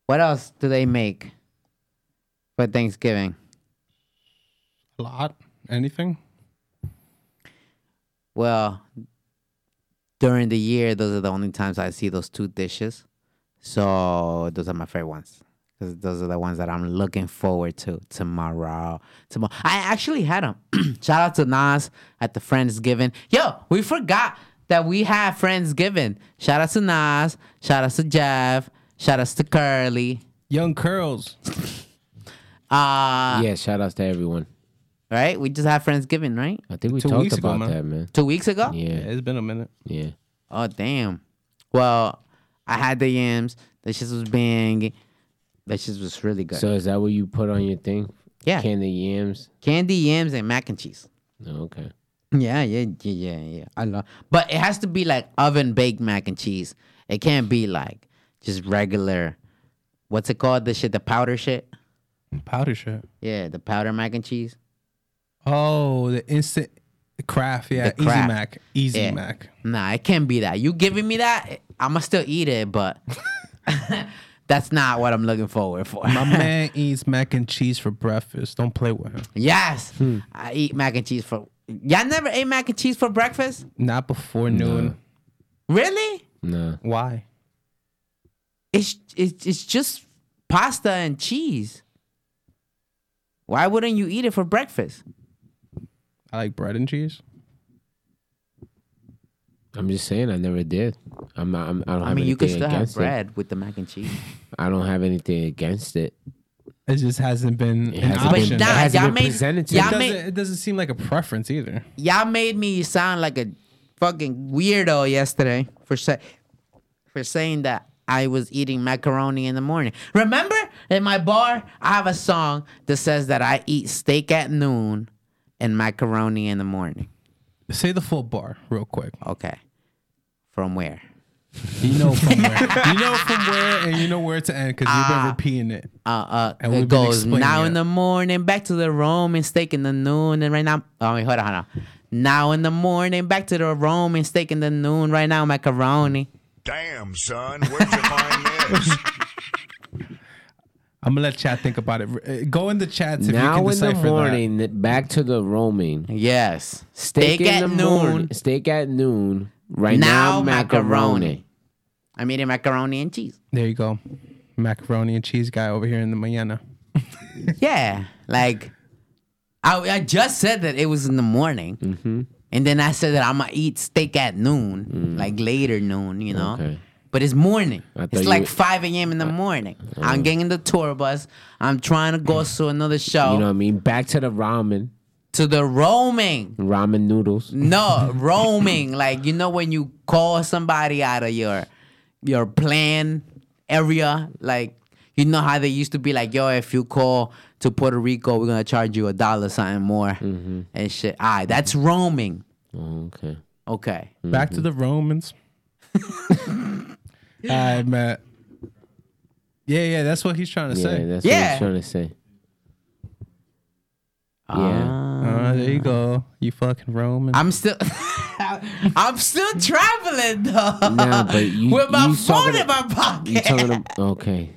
Speaker 2: what else do they make for Thanksgiving?
Speaker 1: A lot? Anything?
Speaker 2: Well, during the year, those are the only times I see those two dishes. So those are my favorite ones. 'Cause those are the ones that I'm looking forward to tomorrow. Tomorrow, I actually had them. Shout out to Nas at the Friendsgiving. Yo, we forgot that we had Friendsgiving. Shout out to Nas. Shout out to Jeff. Shout out to Curly.
Speaker 1: Young curls.
Speaker 2: Uh,
Speaker 3: yeah, shout outs to everyone.
Speaker 2: right? We just had Friendsgiving, right?
Speaker 3: I think we
Speaker 1: Two
Speaker 3: talked
Speaker 1: weeks ago,
Speaker 3: about
Speaker 1: man.
Speaker 3: that, man.
Speaker 2: Two weeks ago.
Speaker 1: Yeah,
Speaker 3: Yeah,
Speaker 1: it's been a minute.
Speaker 3: yeah.
Speaker 2: Oh damn. Well, I had the yams. That shit was bang. That shit was really good.
Speaker 3: So is that what you put on your thing?
Speaker 2: Yeah.
Speaker 3: Candy yams.
Speaker 2: Candy yams and mac and cheese.
Speaker 3: Oh, okay.
Speaker 2: Yeah, yeah, yeah, yeah, yeah. I love. But it has to be like oven baked mac and cheese. It can't be like just regular. What's it called? The shit, the powder shit.
Speaker 1: Powder shit.
Speaker 2: Yeah, the powder mac and cheese.
Speaker 1: Oh, the instant craft. Yeah,
Speaker 2: The craft.
Speaker 1: Easy Mac. Easy
Speaker 2: Yeah.
Speaker 1: Mac.
Speaker 2: Nah, it can't be that. You giving me that? I'ma still eat it, but that's not what I'm looking forward for.
Speaker 1: My man eats mac and cheese for breakfast. Don't play with him.
Speaker 2: Yes, I eat mac and cheese for. Y'all never ate mac and cheese for breakfast?
Speaker 1: Not before noon.
Speaker 2: Really?
Speaker 3: Nah.
Speaker 1: Why?
Speaker 2: It's it's it's just pasta and cheese. Why wouldn't you eat it for breakfast?
Speaker 1: I like bread and cheese.
Speaker 3: I'm just saying I never did. I'm not I'm I don't
Speaker 2: I
Speaker 3: have
Speaker 2: mean, you
Speaker 3: anything
Speaker 2: could still have
Speaker 3: against it.
Speaker 2: bread with the mac and cheese.
Speaker 3: I don't have anything against it.
Speaker 1: It just hasn't been
Speaker 3: It
Speaker 1: an
Speaker 3: hasn't been,
Speaker 1: option.
Speaker 2: But nah,
Speaker 3: it hasn't
Speaker 2: y'all
Speaker 3: been
Speaker 2: made-
Speaker 3: presented to
Speaker 2: y'all
Speaker 3: me.
Speaker 1: it,
Speaker 2: made-
Speaker 1: doesn't, it doesn't seem like a preference either.
Speaker 2: Y'all made me sound like a fucking weirdo yesterday for say, for saying that I was eating macaroni in the morning. Remember in my bar, I have a song that says that I eat steak at noon and macaroni in the morning.
Speaker 1: Say the full bar real quick.
Speaker 2: Okay. From where?
Speaker 1: You know from where. you know from where, and you know where to end because you've been repeating it.
Speaker 2: Uh, uh,
Speaker 1: And
Speaker 2: it
Speaker 1: we've been
Speaker 2: goes
Speaker 1: explaining
Speaker 2: now
Speaker 1: it.
Speaker 2: in the morning, back to the Roman steak in the noon, and right now. Oh, wait, hold on, hold on. Now in the morning, back to the Roman steak in the noon, right now macaroni.
Speaker 4: Damn, son, where'd you find this?
Speaker 1: I'm gonna let chat think about it. Uh, Go in the chats if you
Speaker 3: now
Speaker 1: can
Speaker 3: in the
Speaker 1: decipher
Speaker 3: morning, th- back to the roaming.
Speaker 2: Yes,
Speaker 3: Steak,
Speaker 2: steak,
Speaker 3: in
Speaker 2: at
Speaker 3: the
Speaker 2: noon.
Speaker 3: morning. Steak at noon. Right now,
Speaker 2: Now
Speaker 3: macaroni.
Speaker 2: macaroni. I'm eating macaroni and cheese.
Speaker 1: that. There you go, macaroni and cheese guy over here in the Mayana.
Speaker 2: Yeah, like I, I just said that it was in the morning,
Speaker 3: Mm-hmm.
Speaker 2: and then I said that I'm gonna eat steak at noon, like later noon, you know.
Speaker 3: Mm. Okay.
Speaker 2: But it's morning.
Speaker 3: I thought
Speaker 2: It's
Speaker 3: you-
Speaker 2: like 5 a.m. in the morning. I'm getting the tour bus. I'm trying to go to another show
Speaker 3: Mm. You know what I mean? Back to the ramen.
Speaker 2: to the roaming.
Speaker 3: Ramen noodles.
Speaker 2: No, roaming. like you know when you call somebody out of your your plan area, like you know how they used to be like, yo, if you call to Puerto Rico, we're gonna charge you a dollar something more
Speaker 3: Mm-hmm.
Speaker 2: and shit. All right, that's roaming.
Speaker 3: Okay.
Speaker 2: Okay.
Speaker 1: Back
Speaker 3: Mm-hmm.
Speaker 1: to the Romans. All right, Matt. Yeah, yeah, that's what he's trying to
Speaker 3: Yeah,
Speaker 1: say.
Speaker 3: that's what
Speaker 2: Yeah.
Speaker 3: I'm trying to say.
Speaker 2: Ah.
Speaker 1: Uh, there you go, you fucking Roman.
Speaker 2: I'm still I'm still traveling though.
Speaker 3: Nah, but you-
Speaker 2: with my
Speaker 3: you
Speaker 2: phone
Speaker 3: talking-
Speaker 2: in my pocket.
Speaker 3: You talking about, okay.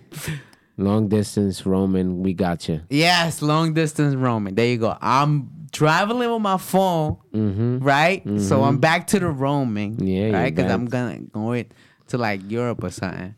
Speaker 3: Long distance Roman, we got you.
Speaker 2: Yes, long distance roaming. There you go. I'm traveling with my phone, right? So I'm back to the roaming,
Speaker 3: Yeah, you're
Speaker 2: right? Because
Speaker 3: back.
Speaker 2: I'm gonna going to like Europe or something.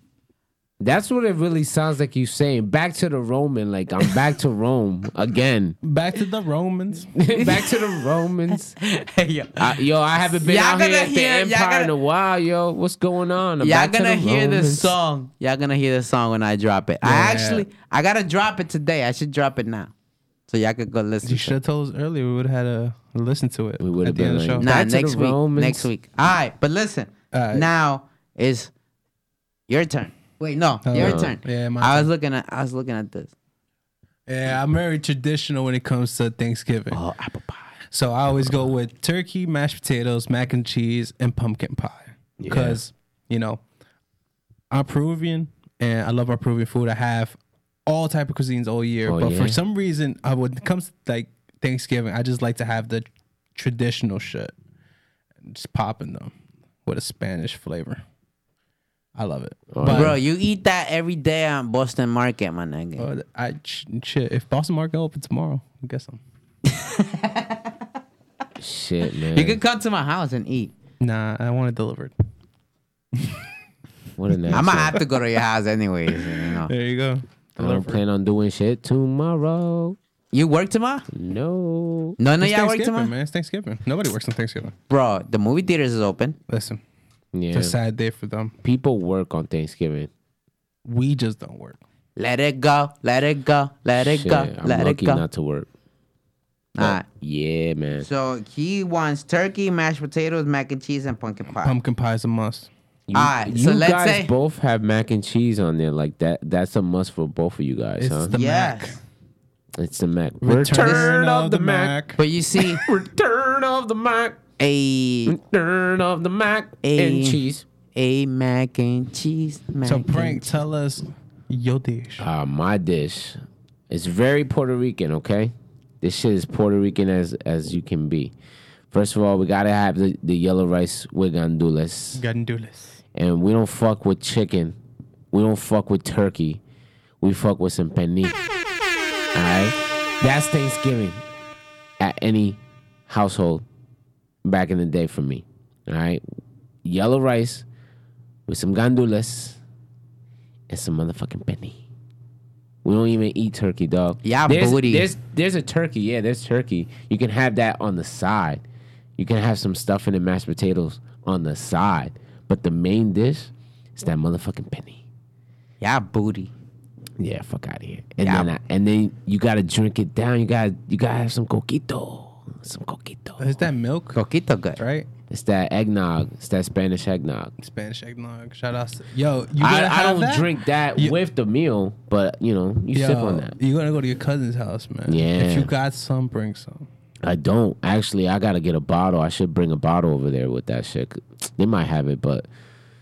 Speaker 3: That's what it really sounds like you saying. Back to the Roman, like I'm back to Rome again.
Speaker 1: Back to the Romans.
Speaker 3: back to the Romans.
Speaker 2: Hey, yo.
Speaker 3: I, yo, I haven't been
Speaker 2: Y'all
Speaker 3: out here
Speaker 2: gonna
Speaker 3: at the
Speaker 2: hear- y'all
Speaker 3: Empire in
Speaker 2: gonna-
Speaker 3: a while, yo. What's going on? I'm
Speaker 2: Y'all
Speaker 3: back to
Speaker 2: gonna hear the
Speaker 3: Romans.
Speaker 2: song. Y'all gonna hear the song when I drop it. I
Speaker 1: Yeah.
Speaker 2: actually, I gotta drop it today. I should drop it now, so y'all could go listen.
Speaker 1: You
Speaker 2: to it.
Speaker 1: should have told us earlier. We would have had a listen to it.
Speaker 3: We would've
Speaker 1: at the end
Speaker 3: been
Speaker 1: of the show.
Speaker 3: like,
Speaker 2: Nah,
Speaker 3: Back to the
Speaker 2: next week.
Speaker 3: Romans.
Speaker 2: Next week. All right, but listen.
Speaker 1: All right.
Speaker 2: Now is your turn. Wait, no,
Speaker 1: Oh,
Speaker 2: your
Speaker 1: no.
Speaker 2: turn.
Speaker 1: Yeah, my
Speaker 2: I was looking at. I was looking at this.
Speaker 1: Yeah, I'm very traditional when it comes to Thanksgiving.
Speaker 2: Oh, apple pie.
Speaker 1: So I always go with turkey, mashed potatoes, mac and cheese, and pumpkin pie. Because, you know, I'm Peruvian and I love our Peruvian food. I have all type of cuisines all year.
Speaker 3: Oh,
Speaker 1: but
Speaker 3: yeah?
Speaker 1: for some reason, I when it comes to like Thanksgiving, I just like to have the traditional shit. Just popping them with a Spanish flavor. I love it. but
Speaker 2: Bro, you eat that every day on Boston Market, my nigga.
Speaker 1: but uh, I sh- shit. If Boston Market open tomorrow, I guess I'm.
Speaker 3: Shit, man.
Speaker 2: You can come to my house and eat.
Speaker 1: Nah, I want it delivered.
Speaker 3: what an
Speaker 2: I'm
Speaker 3: asshole.
Speaker 2: gonna have to go to your house anyways. You, know.
Speaker 1: There you go.
Speaker 3: I don't plan on doing shit tomorrow.
Speaker 2: you work tomorrow?
Speaker 3: No.
Speaker 2: None of
Speaker 1: It's
Speaker 2: y'all work
Speaker 1: Thanksgiving,
Speaker 2: tomorrow,
Speaker 1: man. It's Thanksgiving. Nobody works on Thanksgiving.
Speaker 2: bro. The movie theaters is open.
Speaker 1: Listen,
Speaker 3: Yeah.
Speaker 1: it's a sad day for them.
Speaker 3: People work on Thanksgiving.
Speaker 1: We just don't work.
Speaker 2: Let it go, let it go, let it
Speaker 3: Shit,
Speaker 2: go,
Speaker 3: I'm
Speaker 2: let it
Speaker 3: lucky
Speaker 2: go.
Speaker 3: not to work.
Speaker 2: All right.
Speaker 3: Yeah, man.
Speaker 2: So he wants turkey, mashed potatoes, mac and cheese, and pumpkin pie.
Speaker 1: Pumpkin pie is a must.
Speaker 3: You,
Speaker 2: Alright, so
Speaker 3: you
Speaker 2: let's
Speaker 3: guys
Speaker 2: say-
Speaker 3: both have mac and cheese on there. Like that. That's a must for both of you guys,
Speaker 1: It's
Speaker 3: huh?
Speaker 1: the Mac.
Speaker 2: yes.
Speaker 3: it's the mac.
Speaker 2: But you see,
Speaker 3: Return of the mac.
Speaker 2: a
Speaker 3: Return of the mac
Speaker 2: Ayy.
Speaker 3: and cheese.
Speaker 2: a mac and cheese. Mac
Speaker 1: So
Speaker 2: and
Speaker 1: Frank, tell us your dish.
Speaker 3: Uh, my dish is very Puerto Rican, okay? This shit is Puerto Rican as as you can be. First of all, we gotta have the, the yellow rice with gandules.
Speaker 1: Gandules.
Speaker 3: And we don't fuck with chicken. We don't fuck with turkey. We fuck with some penne. Alright? That's Thanksgiving at any household back in the day for me. Alright? Yellow rice with some gandules and some motherfucking penne. We don't even eat turkey, dog.
Speaker 2: Yeah,
Speaker 3: there's,
Speaker 2: booty.
Speaker 3: There's there's a turkey. Yeah, there's turkey. You can have that on the side. You can have some stuffing and mashed potatoes on the side. But the main dish is that motherfucking penny.
Speaker 2: Yeah, booty.
Speaker 3: Yeah, fuck out of here. And
Speaker 2: Yeah.
Speaker 3: then I, and then you gotta drink it down. You gotta you gotta have some coquito, some
Speaker 2: Uh,
Speaker 3: coquito.
Speaker 1: Is that milk?
Speaker 2: Coquito good.
Speaker 1: Right?
Speaker 3: It's that eggnog. It's that Spanish eggnog.
Speaker 1: Spanish eggnog. Shout out. to- Yo, you
Speaker 3: I,
Speaker 1: gotta
Speaker 3: I
Speaker 1: have
Speaker 3: don't
Speaker 1: that?
Speaker 3: drink that
Speaker 1: You-
Speaker 3: with the meal, but you know you
Speaker 1: Yo,
Speaker 3: sip on that.
Speaker 1: You're gonna go to your cousin's house, man.
Speaker 3: Yeah.
Speaker 1: If you got some, bring some.
Speaker 3: I don't actually. I gotta get a bottle. I should bring a bottle over there with that shit. They might have it, but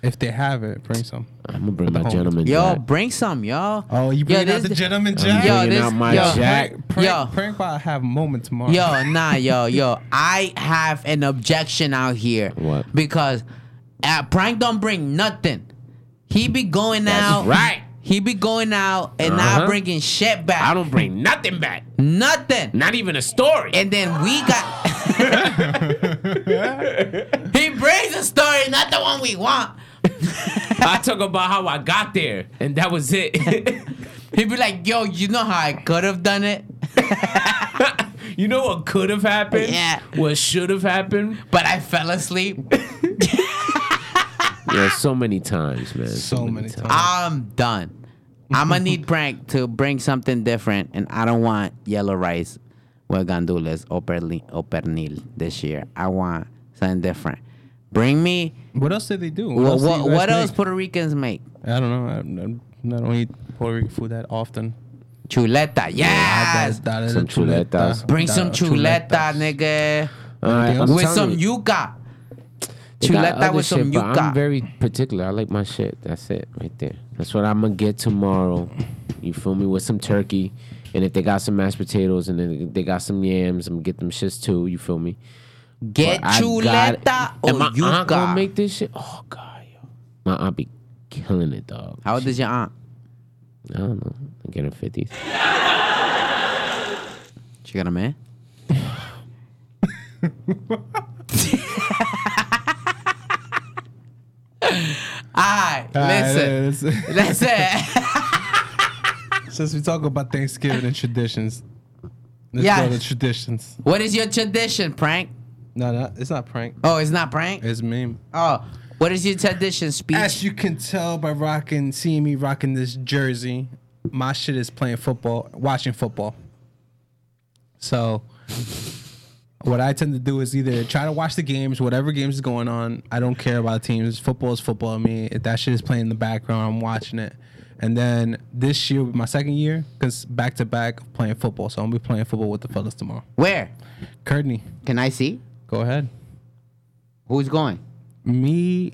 Speaker 1: If they have it, bring some.
Speaker 3: I'm gonna bring my
Speaker 1: homies.
Speaker 3: gentleman.
Speaker 2: Yo,
Speaker 3: Jack.
Speaker 2: bring some, yo.
Speaker 1: Oh, you
Speaker 2: bring
Speaker 1: bring out the gentleman jack?
Speaker 2: Yo,
Speaker 3: bringing
Speaker 2: this-
Speaker 3: out my
Speaker 2: yo.
Speaker 3: Jack.
Speaker 1: Prank, prank,
Speaker 2: Yo.
Speaker 1: prank while I have a moment tomorrow.
Speaker 2: Yo, nah, yo, yo. I have an objection out here.
Speaker 3: What?
Speaker 2: Because uh, Prank don't bring nothing. He be going out.
Speaker 3: right.
Speaker 2: He be going out and
Speaker 3: Uh-huh.
Speaker 2: not bringing shit back.
Speaker 3: I don't bring nothing back.
Speaker 2: nothing.
Speaker 3: Not even a story.
Speaker 2: And then we got. he brings a story, not the one we want.
Speaker 3: I talk about how I got there, and that was it.
Speaker 2: He be like, yo, you know how I could have done it,
Speaker 3: you know what could have happened?
Speaker 2: Yeah.
Speaker 3: What should have happened?
Speaker 2: but I fell asleep.
Speaker 3: Yeah, so many times, man.
Speaker 1: So many times.
Speaker 2: I'm done. I'm gonna need Prank to bring something different, and I don't want yellow rice with gandules or, perli- or pernil this year. I want something different. Bring me
Speaker 1: What else did they do?
Speaker 2: what,
Speaker 1: do you
Speaker 2: what,
Speaker 1: guys
Speaker 2: what else
Speaker 1: make?
Speaker 2: Puerto Ricans make?
Speaker 1: I don't know. I don't, I don't eat Puerto Rican food that often.
Speaker 2: Chuleta, yes.
Speaker 1: That- that is
Speaker 3: Some
Speaker 1: a chuleta.
Speaker 3: chuletas.
Speaker 2: Bring
Speaker 1: That-
Speaker 2: some chuleta,
Speaker 1: chuletas.
Speaker 2: nigga,
Speaker 3: All right, Uh, I'm
Speaker 2: with
Speaker 3: telling
Speaker 2: some
Speaker 3: you,
Speaker 2: yuca.
Speaker 3: they got
Speaker 2: Chuleta
Speaker 3: other
Speaker 2: with some
Speaker 3: shit, but
Speaker 2: yuca.
Speaker 3: I'm very particular. I like my shit. That's it, right there. That's what I'm gonna get tomorrow. You feel me? With some turkey, and if they got some mashed potatoes, and then they got some yams, I'm gonna get them shits too. You feel me?
Speaker 2: Get
Speaker 3: But I
Speaker 2: chuleta
Speaker 3: got-
Speaker 2: or
Speaker 3: and my aunt gonna
Speaker 2: yuca.
Speaker 3: make this shit. Oh god, yo, my aunt be killing it, dog.
Speaker 2: how old is your aunt?
Speaker 3: I don't know. Like in her fifties.
Speaker 2: She got a man. All right,
Speaker 3: Ah,
Speaker 1: Ah,
Speaker 3: eh,
Speaker 2: listen.
Speaker 1: listen.
Speaker 2: That's it.
Speaker 1: Since we talk about Thanksgiving and traditions, let's
Speaker 2: Yeah.
Speaker 1: go to traditions.
Speaker 2: what is your tradition, prank?
Speaker 1: No, no, it's not prank.
Speaker 2: Oh, it's not
Speaker 3: Eh.
Speaker 2: prank.
Speaker 1: It's meme.
Speaker 2: Oh, what is your tradition speech?
Speaker 1: As you can tell by rocking, seeing me rocking this jersey, my shit is playing football, watching football. So, what I tend to do is either try to watch the games, whatever games is going on. I don't care about teams. Football is football to me. If that shit is playing in the background, I'm watching it. And then this year, my second year, because back to back playing football. So, I'm going to be playing football with the fellas tomorrow.
Speaker 2: Where?
Speaker 1: Courtney,
Speaker 2: Can I see?
Speaker 1: go ahead.
Speaker 2: Who's going?
Speaker 1: Me,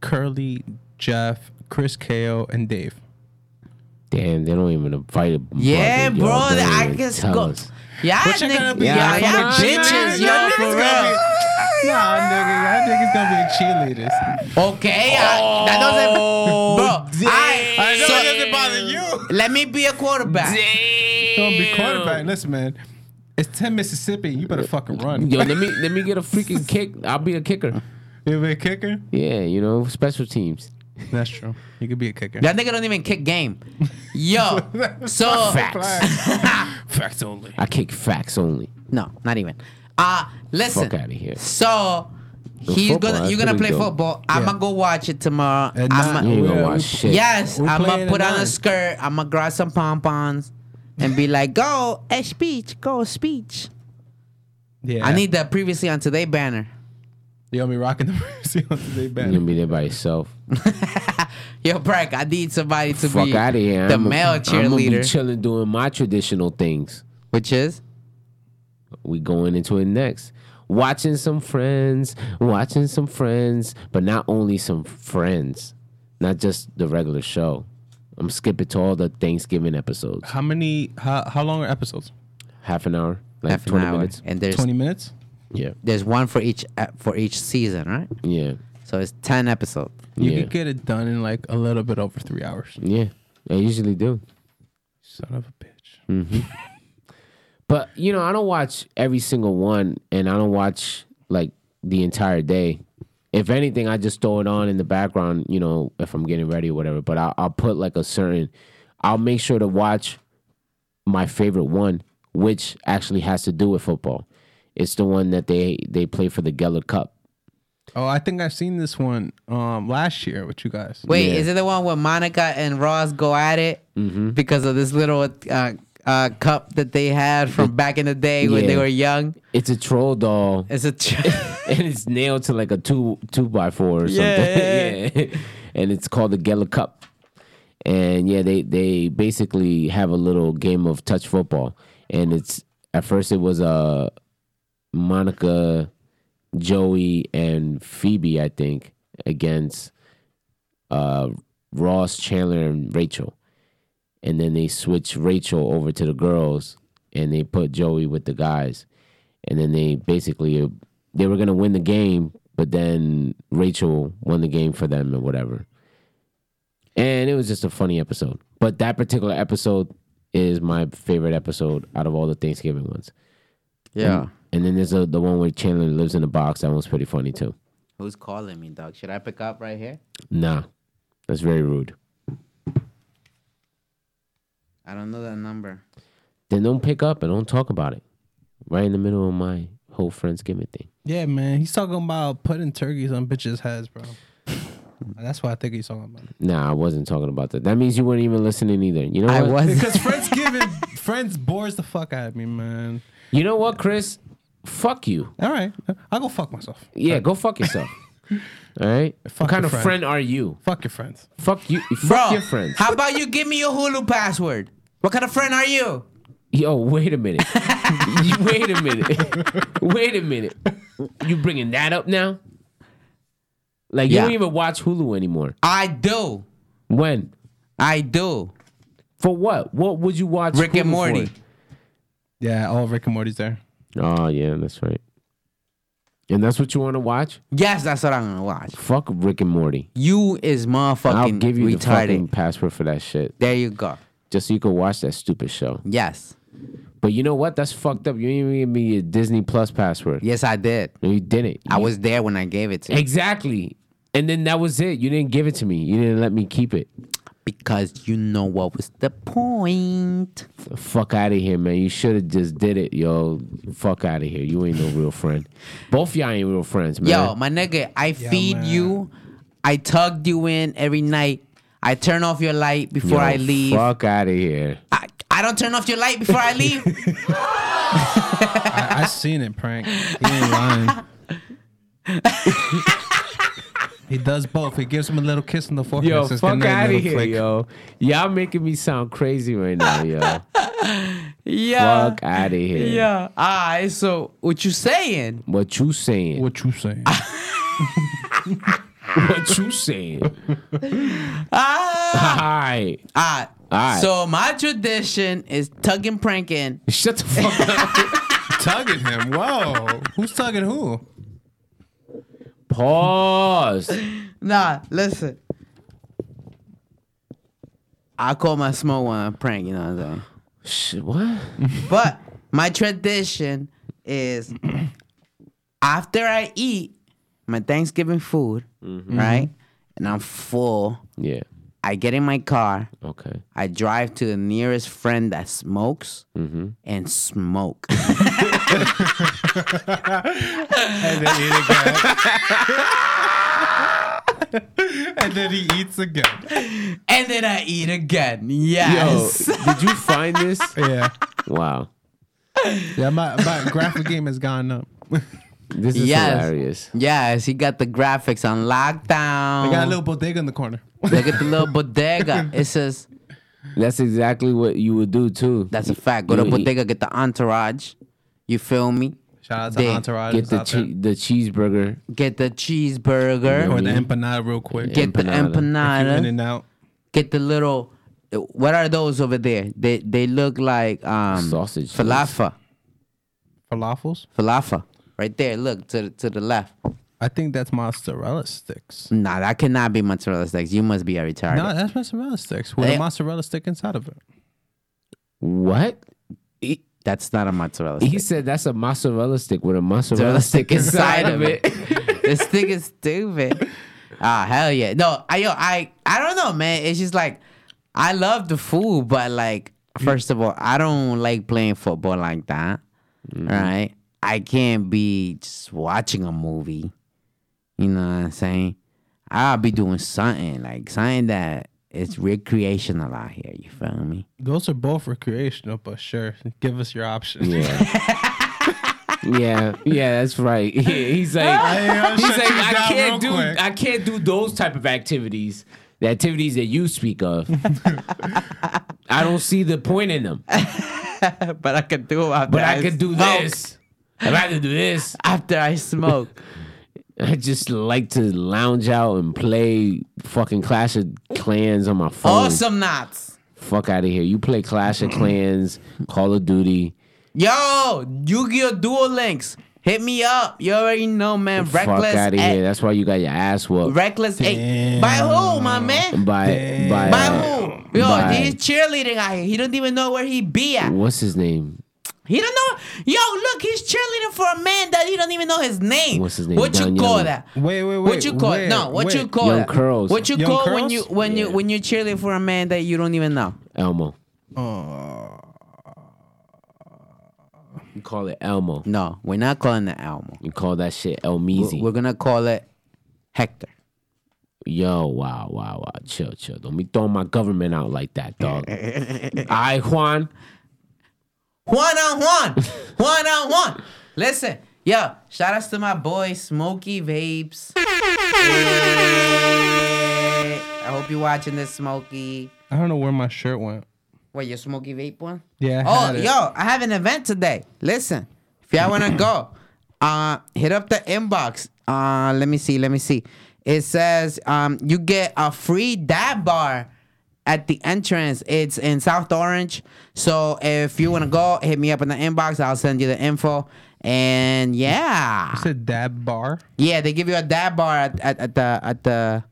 Speaker 1: Curly, Jeff, Chris KO, and Dave.
Speaker 3: Damn, they don't even invite. a
Speaker 2: Yeah,
Speaker 3: mother,
Speaker 2: bro.
Speaker 3: y'all don't
Speaker 2: I
Speaker 3: even
Speaker 2: guess
Speaker 3: tell
Speaker 2: go.
Speaker 3: us.
Speaker 2: Yeah,
Speaker 1: What you gonna be?
Speaker 2: yeah,
Speaker 3: Yeah,
Speaker 2: yeah,
Speaker 3: come on,
Speaker 2: bitches,
Speaker 3: man.
Speaker 2: yo, for real.
Speaker 1: Nah, nigga, y'all niggas gonna be cheerleaders.
Speaker 2: Okay, I, that doesn't, bro. I,
Speaker 3: Oh, I know
Speaker 2: so-
Speaker 3: it doesn't bother
Speaker 1: you.
Speaker 2: let me be a quarterback.
Speaker 1: Don't be quarterback. Listen, man, it's ten Mississippi. You better fucking run.
Speaker 3: Yo, let me let me get a freaking kick. I'll be a kicker.
Speaker 1: You be a kicker?
Speaker 3: Yeah, you know, special teams.
Speaker 1: That's true. You could be a kicker.
Speaker 2: That nigga don't even kick game. Yo, so
Speaker 3: Facts.
Speaker 1: Facts only.
Speaker 3: I kick facts only.
Speaker 2: no, not even. Uh listen.
Speaker 3: Fuck outta here.
Speaker 2: So he's
Speaker 3: football,
Speaker 2: gonna
Speaker 3: that's
Speaker 2: you're gonna
Speaker 3: pretty
Speaker 2: play
Speaker 3: dope.
Speaker 2: football. I'm gonna go watch it tomorrow.
Speaker 1: And
Speaker 2: I'ma-
Speaker 1: not,
Speaker 3: You ain't gonna
Speaker 1: we're-
Speaker 3: watch
Speaker 1: we-
Speaker 3: shit.
Speaker 2: Yes,
Speaker 1: We're
Speaker 2: I'm
Speaker 1: playing
Speaker 2: gonna put
Speaker 1: at
Speaker 2: on a
Speaker 1: nine.
Speaker 2: skirt. I'm gonna grab some pom poms and be like, "Go, eh, speech, go, speech."
Speaker 1: Yeah,
Speaker 2: I need that previously on today banner.
Speaker 1: You gonna be rocking the mercy on today,
Speaker 3: You
Speaker 1: band.
Speaker 3: gonna be there by yourself.
Speaker 2: Yo, Brack, I need somebody to
Speaker 3: Fuck
Speaker 2: be
Speaker 3: out of here.
Speaker 2: the
Speaker 3: I'ma-
Speaker 2: male
Speaker 3: I'ma be
Speaker 2: cheerleader,
Speaker 3: chilling doing my traditional things.
Speaker 2: which is
Speaker 3: We going into it next. Watching some friends, watching some friends, but not only some friends, not just the regular show. I'm skipping to all the Thanksgiving episodes.
Speaker 1: How many? How, how long are episodes?
Speaker 3: Half an hour, like
Speaker 2: half an
Speaker 3: 20
Speaker 2: hour,
Speaker 3: minutes.
Speaker 2: and there's
Speaker 1: Twenty minutes.
Speaker 3: Yeah,
Speaker 2: there's one for each uh, for each season, right?
Speaker 3: yeah,
Speaker 2: So it's ten episodes.
Speaker 1: You
Speaker 3: Yeah.
Speaker 1: could get it done in like a little bit over three hours.
Speaker 3: yeah. I usually do.
Speaker 1: Son of a bitch.
Speaker 3: But you know, I don't watch every single one, and I don't watch like the entire day. If anything, I just throw it on in the background, you know, if I'm getting ready or whatever. But I'll, I'll put like a certain, I'll make sure to watch my favorite one, which actually has to do with football. It's the one that they they play for the Geller Cup.
Speaker 1: Oh, I think I've seen this one um last year with you guys.
Speaker 2: Wait,
Speaker 3: Yeah. Mm-hmm.
Speaker 2: is it the one where Monica and Ross go at it because of this little uh, uh, cup that they had from back in the day when they
Speaker 3: Yeah.
Speaker 2: were young?
Speaker 3: It's a troll doll.
Speaker 2: It's a tr-
Speaker 3: and it's nailed to like a two two by four or
Speaker 2: Yeah,
Speaker 3: something. Yeah. and it's called the Geller Cup. And yeah, they they basically have a little game of touch football. And it's at first it was uh, Monica, Joey, and Phoebe, I think, against uh, Ross, Chandler, and Rachel. And then they switch Rachel over to the girls, and they put Joey with the guys and then they basically uh, they were gonna win the game, but then Rachel won the game for them or whatever. And it was just a funny episode. But that particular episode is my favorite episode out of all the Thanksgiving ones.
Speaker 2: yeah.
Speaker 3: And then there's a, the one where Chandler lives in a box. That one's pretty funny too.
Speaker 2: Who's calling me, dog? Should I pick up right here?
Speaker 3: Nah, that's very rude.
Speaker 2: I don't know that number.
Speaker 3: Then don't pick up and don't talk about it. Right in the middle of my whole Friendsgiving thing.
Speaker 1: Yeah, man. He's talking about putting turkeys on bitches' heads, bro. That's what I think he's talking about.
Speaker 3: Nah, I wasn't talking about that. That means you weren't even listening either. You know
Speaker 2: I was.
Speaker 3: what?
Speaker 1: Because friends giving friends bores the fuck out of me, man.
Speaker 3: You know what, Chris? Fuck you.
Speaker 1: All right. I'll go fuck myself.
Speaker 3: Yeah, go fuck yourself. All right.
Speaker 1: Fuck
Speaker 3: what kind
Speaker 1: your
Speaker 3: of
Speaker 1: friend.
Speaker 3: friend. are you?
Speaker 1: Fuck your friends.
Speaker 3: Fuck you.
Speaker 2: Bro,
Speaker 3: Fuck your friends.
Speaker 2: how about you give me your Hulu password? What kind of friend are you?
Speaker 3: Yo, wait a minute. You- wait a minute. wait a minute. You bringing that up now? Like
Speaker 2: Yeah.
Speaker 3: you don't even watch Hulu anymore.
Speaker 2: I do.
Speaker 3: When?
Speaker 2: I do.
Speaker 3: For what? What would you watch?
Speaker 2: Rick and
Speaker 3: Hulu
Speaker 2: Morty.
Speaker 3: for?
Speaker 1: Yeah, all Rick and Morty's there.
Speaker 3: Oh yeah, that's right. And that's what you want to watch?
Speaker 2: Yes, that's what I'm gonna watch.
Speaker 3: Fuck Rick and Morty.
Speaker 2: You is motherfucking
Speaker 3: I'll give you the
Speaker 2: retarded.
Speaker 3: fucking password for that shit,
Speaker 2: there you go.
Speaker 3: just so you can watch that stupid show.
Speaker 2: Yes.
Speaker 3: But you know what? That's fucked up. You didn't even give me your Disney Plus password.
Speaker 2: Yes, I did.
Speaker 3: No, you didn't.
Speaker 2: I
Speaker 3: You-
Speaker 2: was there when I gave it to you.
Speaker 3: exactly. And then that was it. You didn't give it to me. You didn't let me keep it.
Speaker 2: because you know what was the point.
Speaker 3: The fuck out of here, man. You should have just did it, yo. Fuck out of here. You ain't no real friend. Both y'all ain't real friends, man.
Speaker 2: Yo, my nigga, I feed
Speaker 1: man.
Speaker 2: you. I tugged you in every night. I turn off your light before
Speaker 3: Yo,
Speaker 2: I leave.
Speaker 3: Oh, Fuck out of here.
Speaker 2: I, I don't turn off your light before I leave.
Speaker 1: I, I seen it, prank. He ain't lying. he does both. He gives him a little kiss on the forehead.
Speaker 3: Yo,
Speaker 1: says,
Speaker 3: fuck
Speaker 1: "Good night,
Speaker 3: out of
Speaker 1: little
Speaker 3: here,
Speaker 1: flick."
Speaker 3: yo. Y'all making me sound crazy right now, yo.
Speaker 2: yeah.
Speaker 3: fuck out of here.
Speaker 2: Yeah. Ah, so what you saying?
Speaker 3: What you saying?
Speaker 1: What you saying?
Speaker 3: What you saying?
Speaker 2: Ah.
Speaker 3: All right.
Speaker 2: Ah.
Speaker 3: Alright.
Speaker 2: So my tradition is tugging pranking.
Speaker 3: Shut the fuck up.
Speaker 1: tugging him. Whoa. Who's tugging who?
Speaker 3: Pause.
Speaker 2: Nah, listen. I call my small one a prank, you know what I'm saying?
Speaker 3: Sh- what?
Speaker 2: But my tradition is after I eat my Thanksgiving food,
Speaker 1: Mm-hmm.
Speaker 2: right? And I'm full.
Speaker 3: Yeah.
Speaker 2: I get in my car.
Speaker 3: Okay.
Speaker 2: I drive to the nearest friend that smokes
Speaker 1: Mm-hmm.
Speaker 2: and smoke.
Speaker 1: And then eat again. and then he eats again.
Speaker 2: and then I eat again.
Speaker 3: Yo,
Speaker 2: Yes.
Speaker 3: did you find this?
Speaker 1: Yeah.
Speaker 3: Wow.
Speaker 1: Yeah, my, my graphic game has gone up.
Speaker 3: This is
Speaker 2: Yes.
Speaker 3: hilarious.
Speaker 2: Yes, he got the graphics on
Speaker 1: I
Speaker 2: lockdown.
Speaker 1: got a little bodega in the corner.
Speaker 2: Look at the little bodega. It says
Speaker 3: That's exactly what you would do too.
Speaker 2: that's a fact. Go to
Speaker 3: You eat-
Speaker 2: bodega, get the entourage. You feel me?
Speaker 1: Shout out to
Speaker 2: They
Speaker 1: Entourage.
Speaker 3: Get the
Speaker 1: out there.
Speaker 3: che- the cheeseburger.
Speaker 2: Get the cheeseburger.
Speaker 1: Or the empanada real quick.
Speaker 2: get the
Speaker 3: Empanada.
Speaker 1: You in
Speaker 2: empanada.
Speaker 1: and out.
Speaker 2: Get the little. What are those over there? They they look like um,
Speaker 3: Sausage.
Speaker 2: Falafel,
Speaker 1: Falafels.
Speaker 2: falafel. Right there. Look to the, to the left.
Speaker 1: I think that's mozzarella sticks.
Speaker 2: Nah, that cannot be mozzarella sticks. You must be a retard.
Speaker 1: No, that's mozzarella sticks with
Speaker 2: They-
Speaker 1: a mozzarella stick inside of it.
Speaker 3: What?
Speaker 2: That's not a mozzarella
Speaker 3: He
Speaker 2: stick.
Speaker 3: said that's a mozzarella stick with a mozzarella
Speaker 2: Mozzarella
Speaker 3: stick inside of it.
Speaker 2: this thing is stupid. Ah, hell yeah. No, I yo, I I don't know, man. It's just like I love the food, but like first of all, I don't like playing football like that. Right? I can't be just watching a movie. You know what I'm saying? I'll be doing something like something that is recreational out here. You feel me?
Speaker 1: Those are both recreational, but sure, give us your option.
Speaker 3: Yeah. yeah, yeah, that's right. Yeah, he's like, he's like, I can't do, I can't do those type of activities, the activities that you speak of. I don't see the point in them.
Speaker 2: but I could do after
Speaker 3: But I could do
Speaker 2: Oh,
Speaker 3: this. I'd rather do this.
Speaker 2: after I smoke.
Speaker 3: I just like to lounge out and play fucking Clash of Clans on my phone.
Speaker 2: awesome knots.
Speaker 3: Fuck out of here. You play Clash of Clans, Call of Duty.
Speaker 2: Yo, Yu-Gi-Oh! Duel Links. Hit me up. You already know, man. Reckless.
Speaker 3: Fuck out of
Speaker 2: eight-
Speaker 3: here. That's why you got your ass whooped
Speaker 2: Reckless eight. By who, my man?
Speaker 3: by by,
Speaker 2: By
Speaker 3: uh,
Speaker 2: who? Yo,
Speaker 3: by-
Speaker 2: he's cheerleading out here. He don't even know where he be at.
Speaker 3: what's his name?
Speaker 2: He don't know. Yo, look, he's cheerleading for a man that he don't even know his name.
Speaker 3: What's his name?
Speaker 2: What
Speaker 3: Don
Speaker 2: you call
Speaker 3: Young.
Speaker 2: that?
Speaker 1: Wait, wait, wait.
Speaker 2: What you call
Speaker 1: wait,
Speaker 2: no? What you
Speaker 1: wait.
Speaker 2: call
Speaker 3: Young
Speaker 2: that?
Speaker 3: Curls.
Speaker 2: What you
Speaker 1: Young
Speaker 2: call when
Speaker 1: Curls?
Speaker 2: you when you when you cheerleading for a man that you don't even know?
Speaker 3: Elmo.
Speaker 2: Uh,
Speaker 3: Oh. You call it Elmo.
Speaker 2: No, we're not calling it Elmo.
Speaker 3: You call that shit
Speaker 2: We're,
Speaker 3: Elmeezy.
Speaker 2: we're gonna call it Hector.
Speaker 3: Yo, wow, wow, wow. Chill, chill. Don't be throwing my government out like that, dog. I Juan.
Speaker 2: One on one. One on one. Listen, yo, shout outs to my boy Smokey Vapes. Eh, I hope you're watching this, Smokey.
Speaker 1: I don't know where my shirt went.
Speaker 2: What, your Smokey Vape one?
Speaker 1: Yeah. I
Speaker 2: Oh,
Speaker 1: had it.
Speaker 2: yo, I have an event today. Listen, if y'all wanna go, uh, hit up the inbox. Uh, let me see, let me see. It says um, you get a free dab bar at the entrance. It's in South Orange. So if you wanna go, hit me up in the inbox. I'll send you the info. And yeah,
Speaker 1: It's a dab bar.
Speaker 2: yeah, they give you a dab bar at, at, at the at the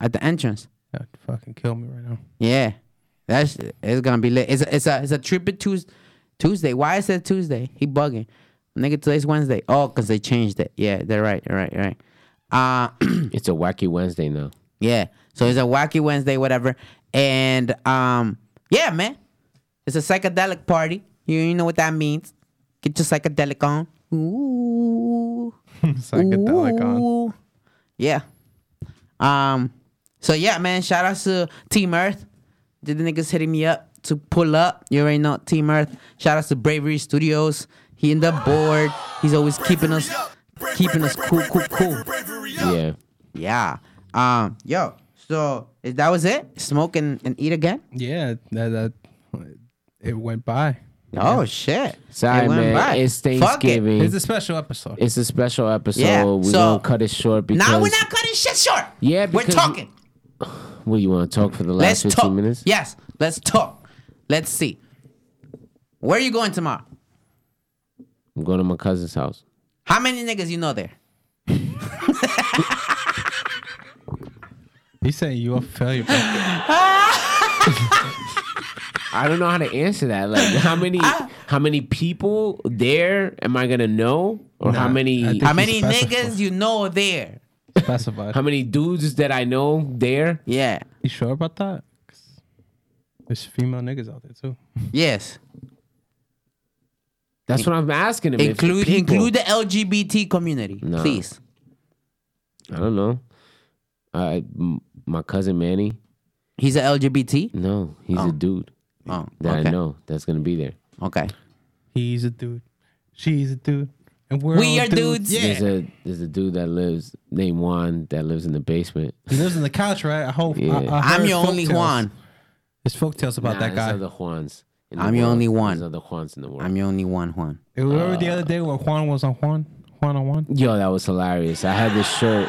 Speaker 2: at the entrance.
Speaker 1: That would fucking kill me right now.
Speaker 2: Yeah, that's it's gonna be lit. It's a, it's a it's a tribute Tuesday. Tuesday. Why is it Tuesday? He bugging. Nigga, today's Wednesday. Oh, cause they changed it. Yeah, they're right. You're right. You're right. Uh,
Speaker 3: It's a wacky Wednesday now.
Speaker 2: yeah. So it's a wacky Wednesday, whatever. And um, yeah, man, it's a psychedelic party. You, you know what that means? Get your psychedelic on. Ooh.
Speaker 1: Psychedelic on.
Speaker 2: Ooh. Yeah. Um. So yeah, man. Shout out to Team Earth. Did the niggas hitting me up to pull up? You already know Team Earth. Shout out to Bravery Studios. He in the board. He's always keeping us, keeping us cool, cool, cool.
Speaker 3: Yeah.
Speaker 2: Yeah. Um. Yo. So is- that was it. Smoke and, and eat again.
Speaker 1: Yeah, that, that it went by.
Speaker 2: Oh shit.
Speaker 3: Sorry,
Speaker 2: It went
Speaker 3: man.
Speaker 2: by.
Speaker 3: It's
Speaker 2: Fuck it.
Speaker 3: Thanksgiving.
Speaker 1: It's a special episode.
Speaker 3: It's a special episode.
Speaker 2: Yeah,
Speaker 3: We're
Speaker 2: so-
Speaker 3: gonna cut it short because
Speaker 2: Nah, we're not cutting shit short.
Speaker 3: Yeah,
Speaker 2: we're
Speaker 3: because-
Speaker 2: talking.
Speaker 3: What you want to talk for the
Speaker 2: Let's
Speaker 3: last
Speaker 2: talk.
Speaker 3: 15 minutes?
Speaker 2: Yes, let's talk. Let's see. Where you going tomorrow?
Speaker 3: I'm going to my cousin's house.
Speaker 2: How many niggas you know there?
Speaker 1: He's saying you a failure. bro.
Speaker 3: I don't know how to answer that. Like, how many how many people there am I gonna know, or how
Speaker 1: Nah, I
Speaker 3: many
Speaker 1: think-
Speaker 2: How
Speaker 1: It's
Speaker 2: many
Speaker 1: specified.
Speaker 2: niggas you know there?
Speaker 1: Specified.
Speaker 3: how many dudes that I know there?
Speaker 2: Yeah.
Speaker 1: You sure about that? 'Cause There's female niggas out there too.
Speaker 2: Yes.
Speaker 3: That's what I'm asking him. if
Speaker 2: Include
Speaker 3: people-
Speaker 2: include the LGBT community,
Speaker 3: No.
Speaker 2: please.
Speaker 3: I don't know. I m- my cousin Manny.
Speaker 2: He's a LGBT.
Speaker 3: No, he's a dude
Speaker 2: Oh,
Speaker 3: that I
Speaker 2: okay.
Speaker 3: know that's gonna be there.
Speaker 2: Okay.
Speaker 1: He's a dude. She's a dude. And we're
Speaker 2: We
Speaker 1: all
Speaker 2: are dudes.
Speaker 1: Yeah.
Speaker 3: There's a there's a dude that lives named Juan that lives in the basement.
Speaker 1: He lives in the couch, right? I hope.
Speaker 3: Yeah.
Speaker 1: I, I
Speaker 2: I'm
Speaker 1: heard
Speaker 2: your
Speaker 1: folk
Speaker 2: only
Speaker 1: tales.
Speaker 2: Juan.
Speaker 1: There's folk tales about
Speaker 3: Nah,
Speaker 1: that
Speaker 3: there's
Speaker 1: guy.
Speaker 3: Other Juans. in the
Speaker 2: I'm your
Speaker 3: world.
Speaker 2: only one.
Speaker 3: There's other Juans in the world.
Speaker 2: I'm your only one, Juan.
Speaker 1: Hey,
Speaker 2: uh,
Speaker 1: Remember the other day when Juan was on Juan? Juan on Juan?
Speaker 3: Yo, that was hilarious. I had this shirt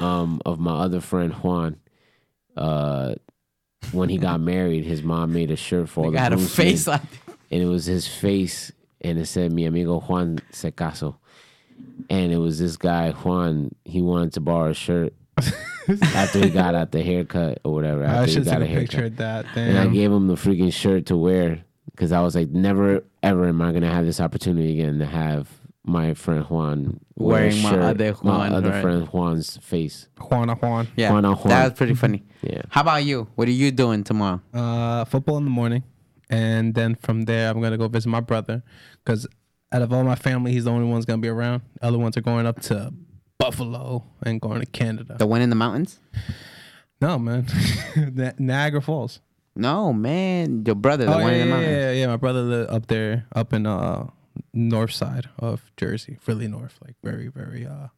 Speaker 3: um, of my other friend Juan. Uh, when he got married, his mom made a shirt for all
Speaker 2: I
Speaker 3: the
Speaker 2: had a
Speaker 3: groomsmen,
Speaker 2: face like
Speaker 3: and it was his face, and it said "Mi amigo Juan se casó," and it was this guy Juan. He wanted to borrow a shirt after he got out the haircut or whatever. After
Speaker 1: I
Speaker 3: he
Speaker 1: should
Speaker 3: got
Speaker 1: have
Speaker 3: a
Speaker 1: a
Speaker 3: haircut.
Speaker 1: picture of that.
Speaker 3: And I
Speaker 1: Damn.
Speaker 3: gave him the freaking shirt to wear because I was like, never ever am I gonna have this opportunity again to have my friend Juan wear a
Speaker 2: Wearing my
Speaker 3: shirt-
Speaker 2: other Juan,
Speaker 3: my other
Speaker 2: right.
Speaker 3: friend Juan's face.
Speaker 1: Juan on Juan.
Speaker 2: Yeah.
Speaker 3: Juan on Juan.
Speaker 2: That was pretty funny.
Speaker 3: Yeah.
Speaker 2: How about you? What are you doing tomorrow?
Speaker 1: Uh, football in the morning, and then from there I'm gonna go visit my brother, because out of all my family, he's the only one's gonna be around. Other ones are going up to Buffalo and going to Canada.
Speaker 2: The one in the mountains?
Speaker 1: No man, Na- Niagara Falls.
Speaker 2: No, man. Your brother, the
Speaker 1: Oh
Speaker 2: one
Speaker 1: yeah,
Speaker 2: in the
Speaker 1: yeah,
Speaker 2: mountains.
Speaker 1: yeah, yeah. My brother live up there, up in uh north side of Jersey, really north, like very, very uh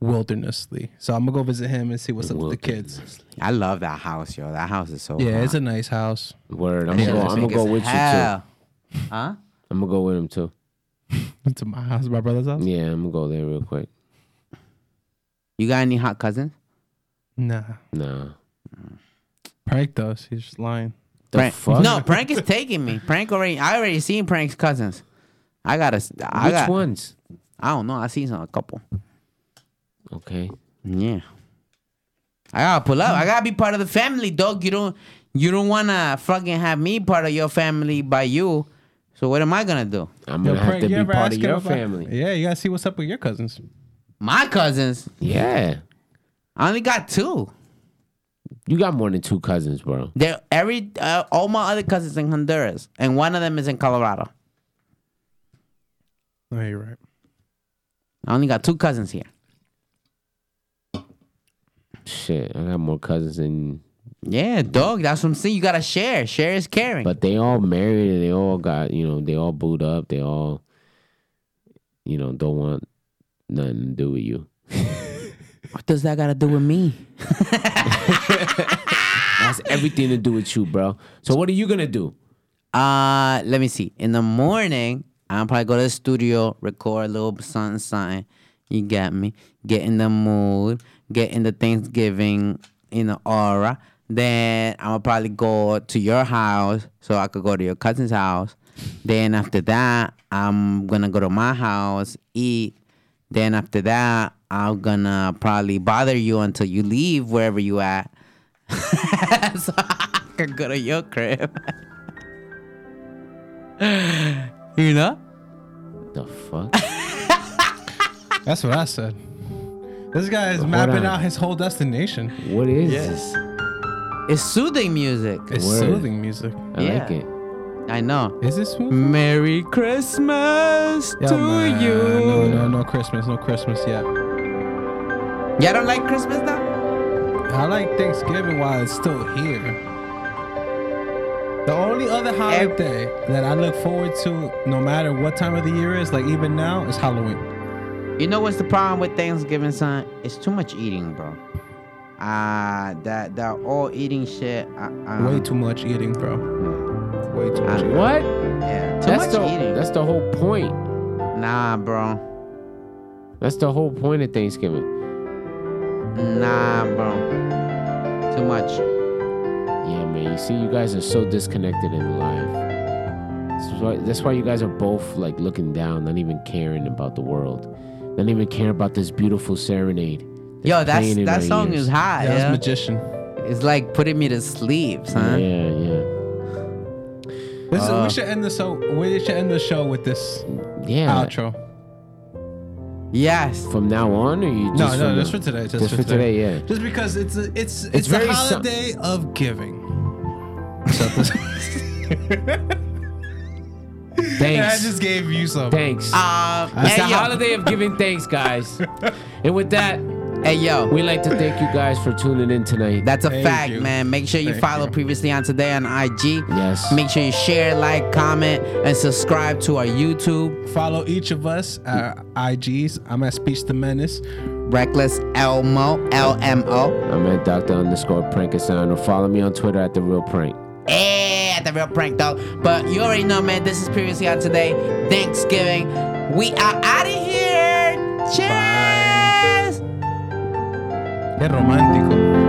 Speaker 1: wildernessly. So I'm gonna go visit him and see what's up with the kids.
Speaker 2: I love that house, yo. That house is so
Speaker 1: Yeah,
Speaker 2: hot.
Speaker 1: it's a nice house.
Speaker 3: Word. I'm gonna go,
Speaker 2: Shit's
Speaker 3: I'm gonna
Speaker 2: big
Speaker 3: go
Speaker 2: as
Speaker 3: with you
Speaker 2: hell. Huh?
Speaker 3: too. I'm gonna go with him too.
Speaker 1: To my house, my brother's house.
Speaker 3: Yeah, I'm gonna go there real quick.
Speaker 2: You got any hot cousins?
Speaker 1: Nah,
Speaker 3: Nah.
Speaker 1: prank does. He's just lying.
Speaker 3: The
Speaker 2: Prank-
Speaker 3: fuck?
Speaker 2: No, Prank is taking me. Prank already. I already seen Prank's cousins. I gotta. s- I
Speaker 3: Which
Speaker 2: got,
Speaker 3: ones?
Speaker 2: I don't know. I seen some, a couple.
Speaker 3: Okay.
Speaker 2: Yeah. I gotta pull up. I gotta be part of the family, dog. You don't. You don't wanna fucking have me part of your family by you. So what am I gonna do?
Speaker 3: I'm
Speaker 1: Yo,
Speaker 3: gonna have
Speaker 1: Frank,
Speaker 3: to
Speaker 1: you
Speaker 3: be
Speaker 1: ever
Speaker 3: part
Speaker 1: ask
Speaker 3: of
Speaker 1: him
Speaker 3: your
Speaker 1: about-
Speaker 3: family.
Speaker 1: Yeah, you gotta see what's up with your cousins.
Speaker 2: My cousins.
Speaker 3: Yeah.
Speaker 2: I only got two.
Speaker 3: You got more than two cousins, bro.
Speaker 2: They're every. Uh, all my other cousins in Honduras, and one of them is in Colorado.
Speaker 1: No, you're right.
Speaker 2: I only got two cousins here.
Speaker 3: Shit, I got more cousins than
Speaker 2: Yeah, dog. That's what I'm saying. You gotta share. Share is caring.
Speaker 3: But they all married and they all got, you know, they all booed up. They all, you know, don't want nothing to do with you.
Speaker 2: what does that gotta do with me?
Speaker 3: That's everything to do with you, bro. So what are you gonna do?
Speaker 2: Uh, let me see. In the morning, I'll probably go to the studio, record a little something, something. You got me. Get in the mood. Get in the Thanksgiving, in the aura. Then I'll probably go to your house, so I could go to your cousin's house. Then after that, I'm gonna go to my house, eat. Then after that, I'm gonna probably bother you until you leave wherever you at, so I could go to your crib. You know?
Speaker 3: The fuck?
Speaker 1: That's what I said. This guy is
Speaker 3: Hold on.
Speaker 1: mapping out his whole destination.
Speaker 3: What is
Speaker 2: Yeah.
Speaker 3: this?
Speaker 2: It's soothing music.
Speaker 1: It's
Speaker 3: Word.
Speaker 1: soothing music.
Speaker 3: I like
Speaker 2: Yeah.
Speaker 3: it.
Speaker 2: I know.
Speaker 1: Is it smooth?
Speaker 2: Merry Christmas
Speaker 1: Yeah,
Speaker 2: to
Speaker 1: man.
Speaker 2: you.
Speaker 1: No, no, no Christmas, no Christmas yet.
Speaker 2: Y'all don't like Christmas now?
Speaker 1: I like Thanksgiving while it's still here. The only other holiday that I look forward to, no matter what time of the year is, like even now, is Halloween.
Speaker 2: You know what's the problem with Thanksgiving, son? It's too much eating, bro. Ah, that that all eating shit. Uh, um,
Speaker 1: Way too much eating, bro. Way too much.
Speaker 2: much eating.
Speaker 3: Uh-huh. What?
Speaker 2: Yeah, too
Speaker 3: that's
Speaker 2: much
Speaker 3: the
Speaker 2: eating.
Speaker 3: that's the whole point.
Speaker 2: Nah, bro.
Speaker 3: That's the whole point of Thanksgiving.
Speaker 2: Nah, bro. Too much.
Speaker 3: Yeah, man. You see, you guys are so disconnected in life. That's why, that's why you guys are both like looking down, not even caring about the world, not even care about this beautiful serenade.
Speaker 2: Yo, that's
Speaker 3: playing in my
Speaker 2: that song
Speaker 3: ears.
Speaker 2: is hot.
Speaker 1: That was
Speaker 2: Yeah,
Speaker 1: magician.
Speaker 2: it's like putting me to sleep, son.
Speaker 3: Yeah, yeah,
Speaker 1: This
Speaker 3: Uh,
Speaker 1: is, we should end the show. We should end the show with this
Speaker 3: yeah.
Speaker 1: outro.
Speaker 2: Yes.
Speaker 3: From now on, or you just
Speaker 1: No, no,
Speaker 3: from
Speaker 1: just
Speaker 3: now-
Speaker 1: for today. Just,
Speaker 3: just for today, yeah.
Speaker 1: Just because it's a, it's it's,
Speaker 3: very
Speaker 1: a
Speaker 3: su-
Speaker 1: holiday of giving. So this- I
Speaker 3: Thanks.
Speaker 1: just Ah. gave you some.
Speaker 3: Thanks.
Speaker 2: Um,
Speaker 3: it's
Speaker 2: hey,
Speaker 3: the
Speaker 2: yo,
Speaker 3: holiday of giving thanks, guys. and with that,
Speaker 2: hey yo,
Speaker 3: we like to thank you guys for tuning in tonight.
Speaker 2: that's a
Speaker 1: Thank
Speaker 2: fact,
Speaker 1: you.
Speaker 2: man. Make sure you
Speaker 1: Thank
Speaker 2: follow
Speaker 1: you.
Speaker 2: previously on today on IG.
Speaker 3: Yes.
Speaker 2: Make sure you share, like, comment, and subscribe to our YouTube.
Speaker 1: Follow each of us at our IGs. I'm at Speech the Menace.
Speaker 2: Reckless Elmo, L M O.
Speaker 3: I'm at Dr. underscore Prankasson or follow me on Twitter at The Real Prank.
Speaker 2: Eh, at the real prank though. But you already know, man. This is previously on today. Thanksgiving. We are out of here. Cheers.
Speaker 1: Qué romántico.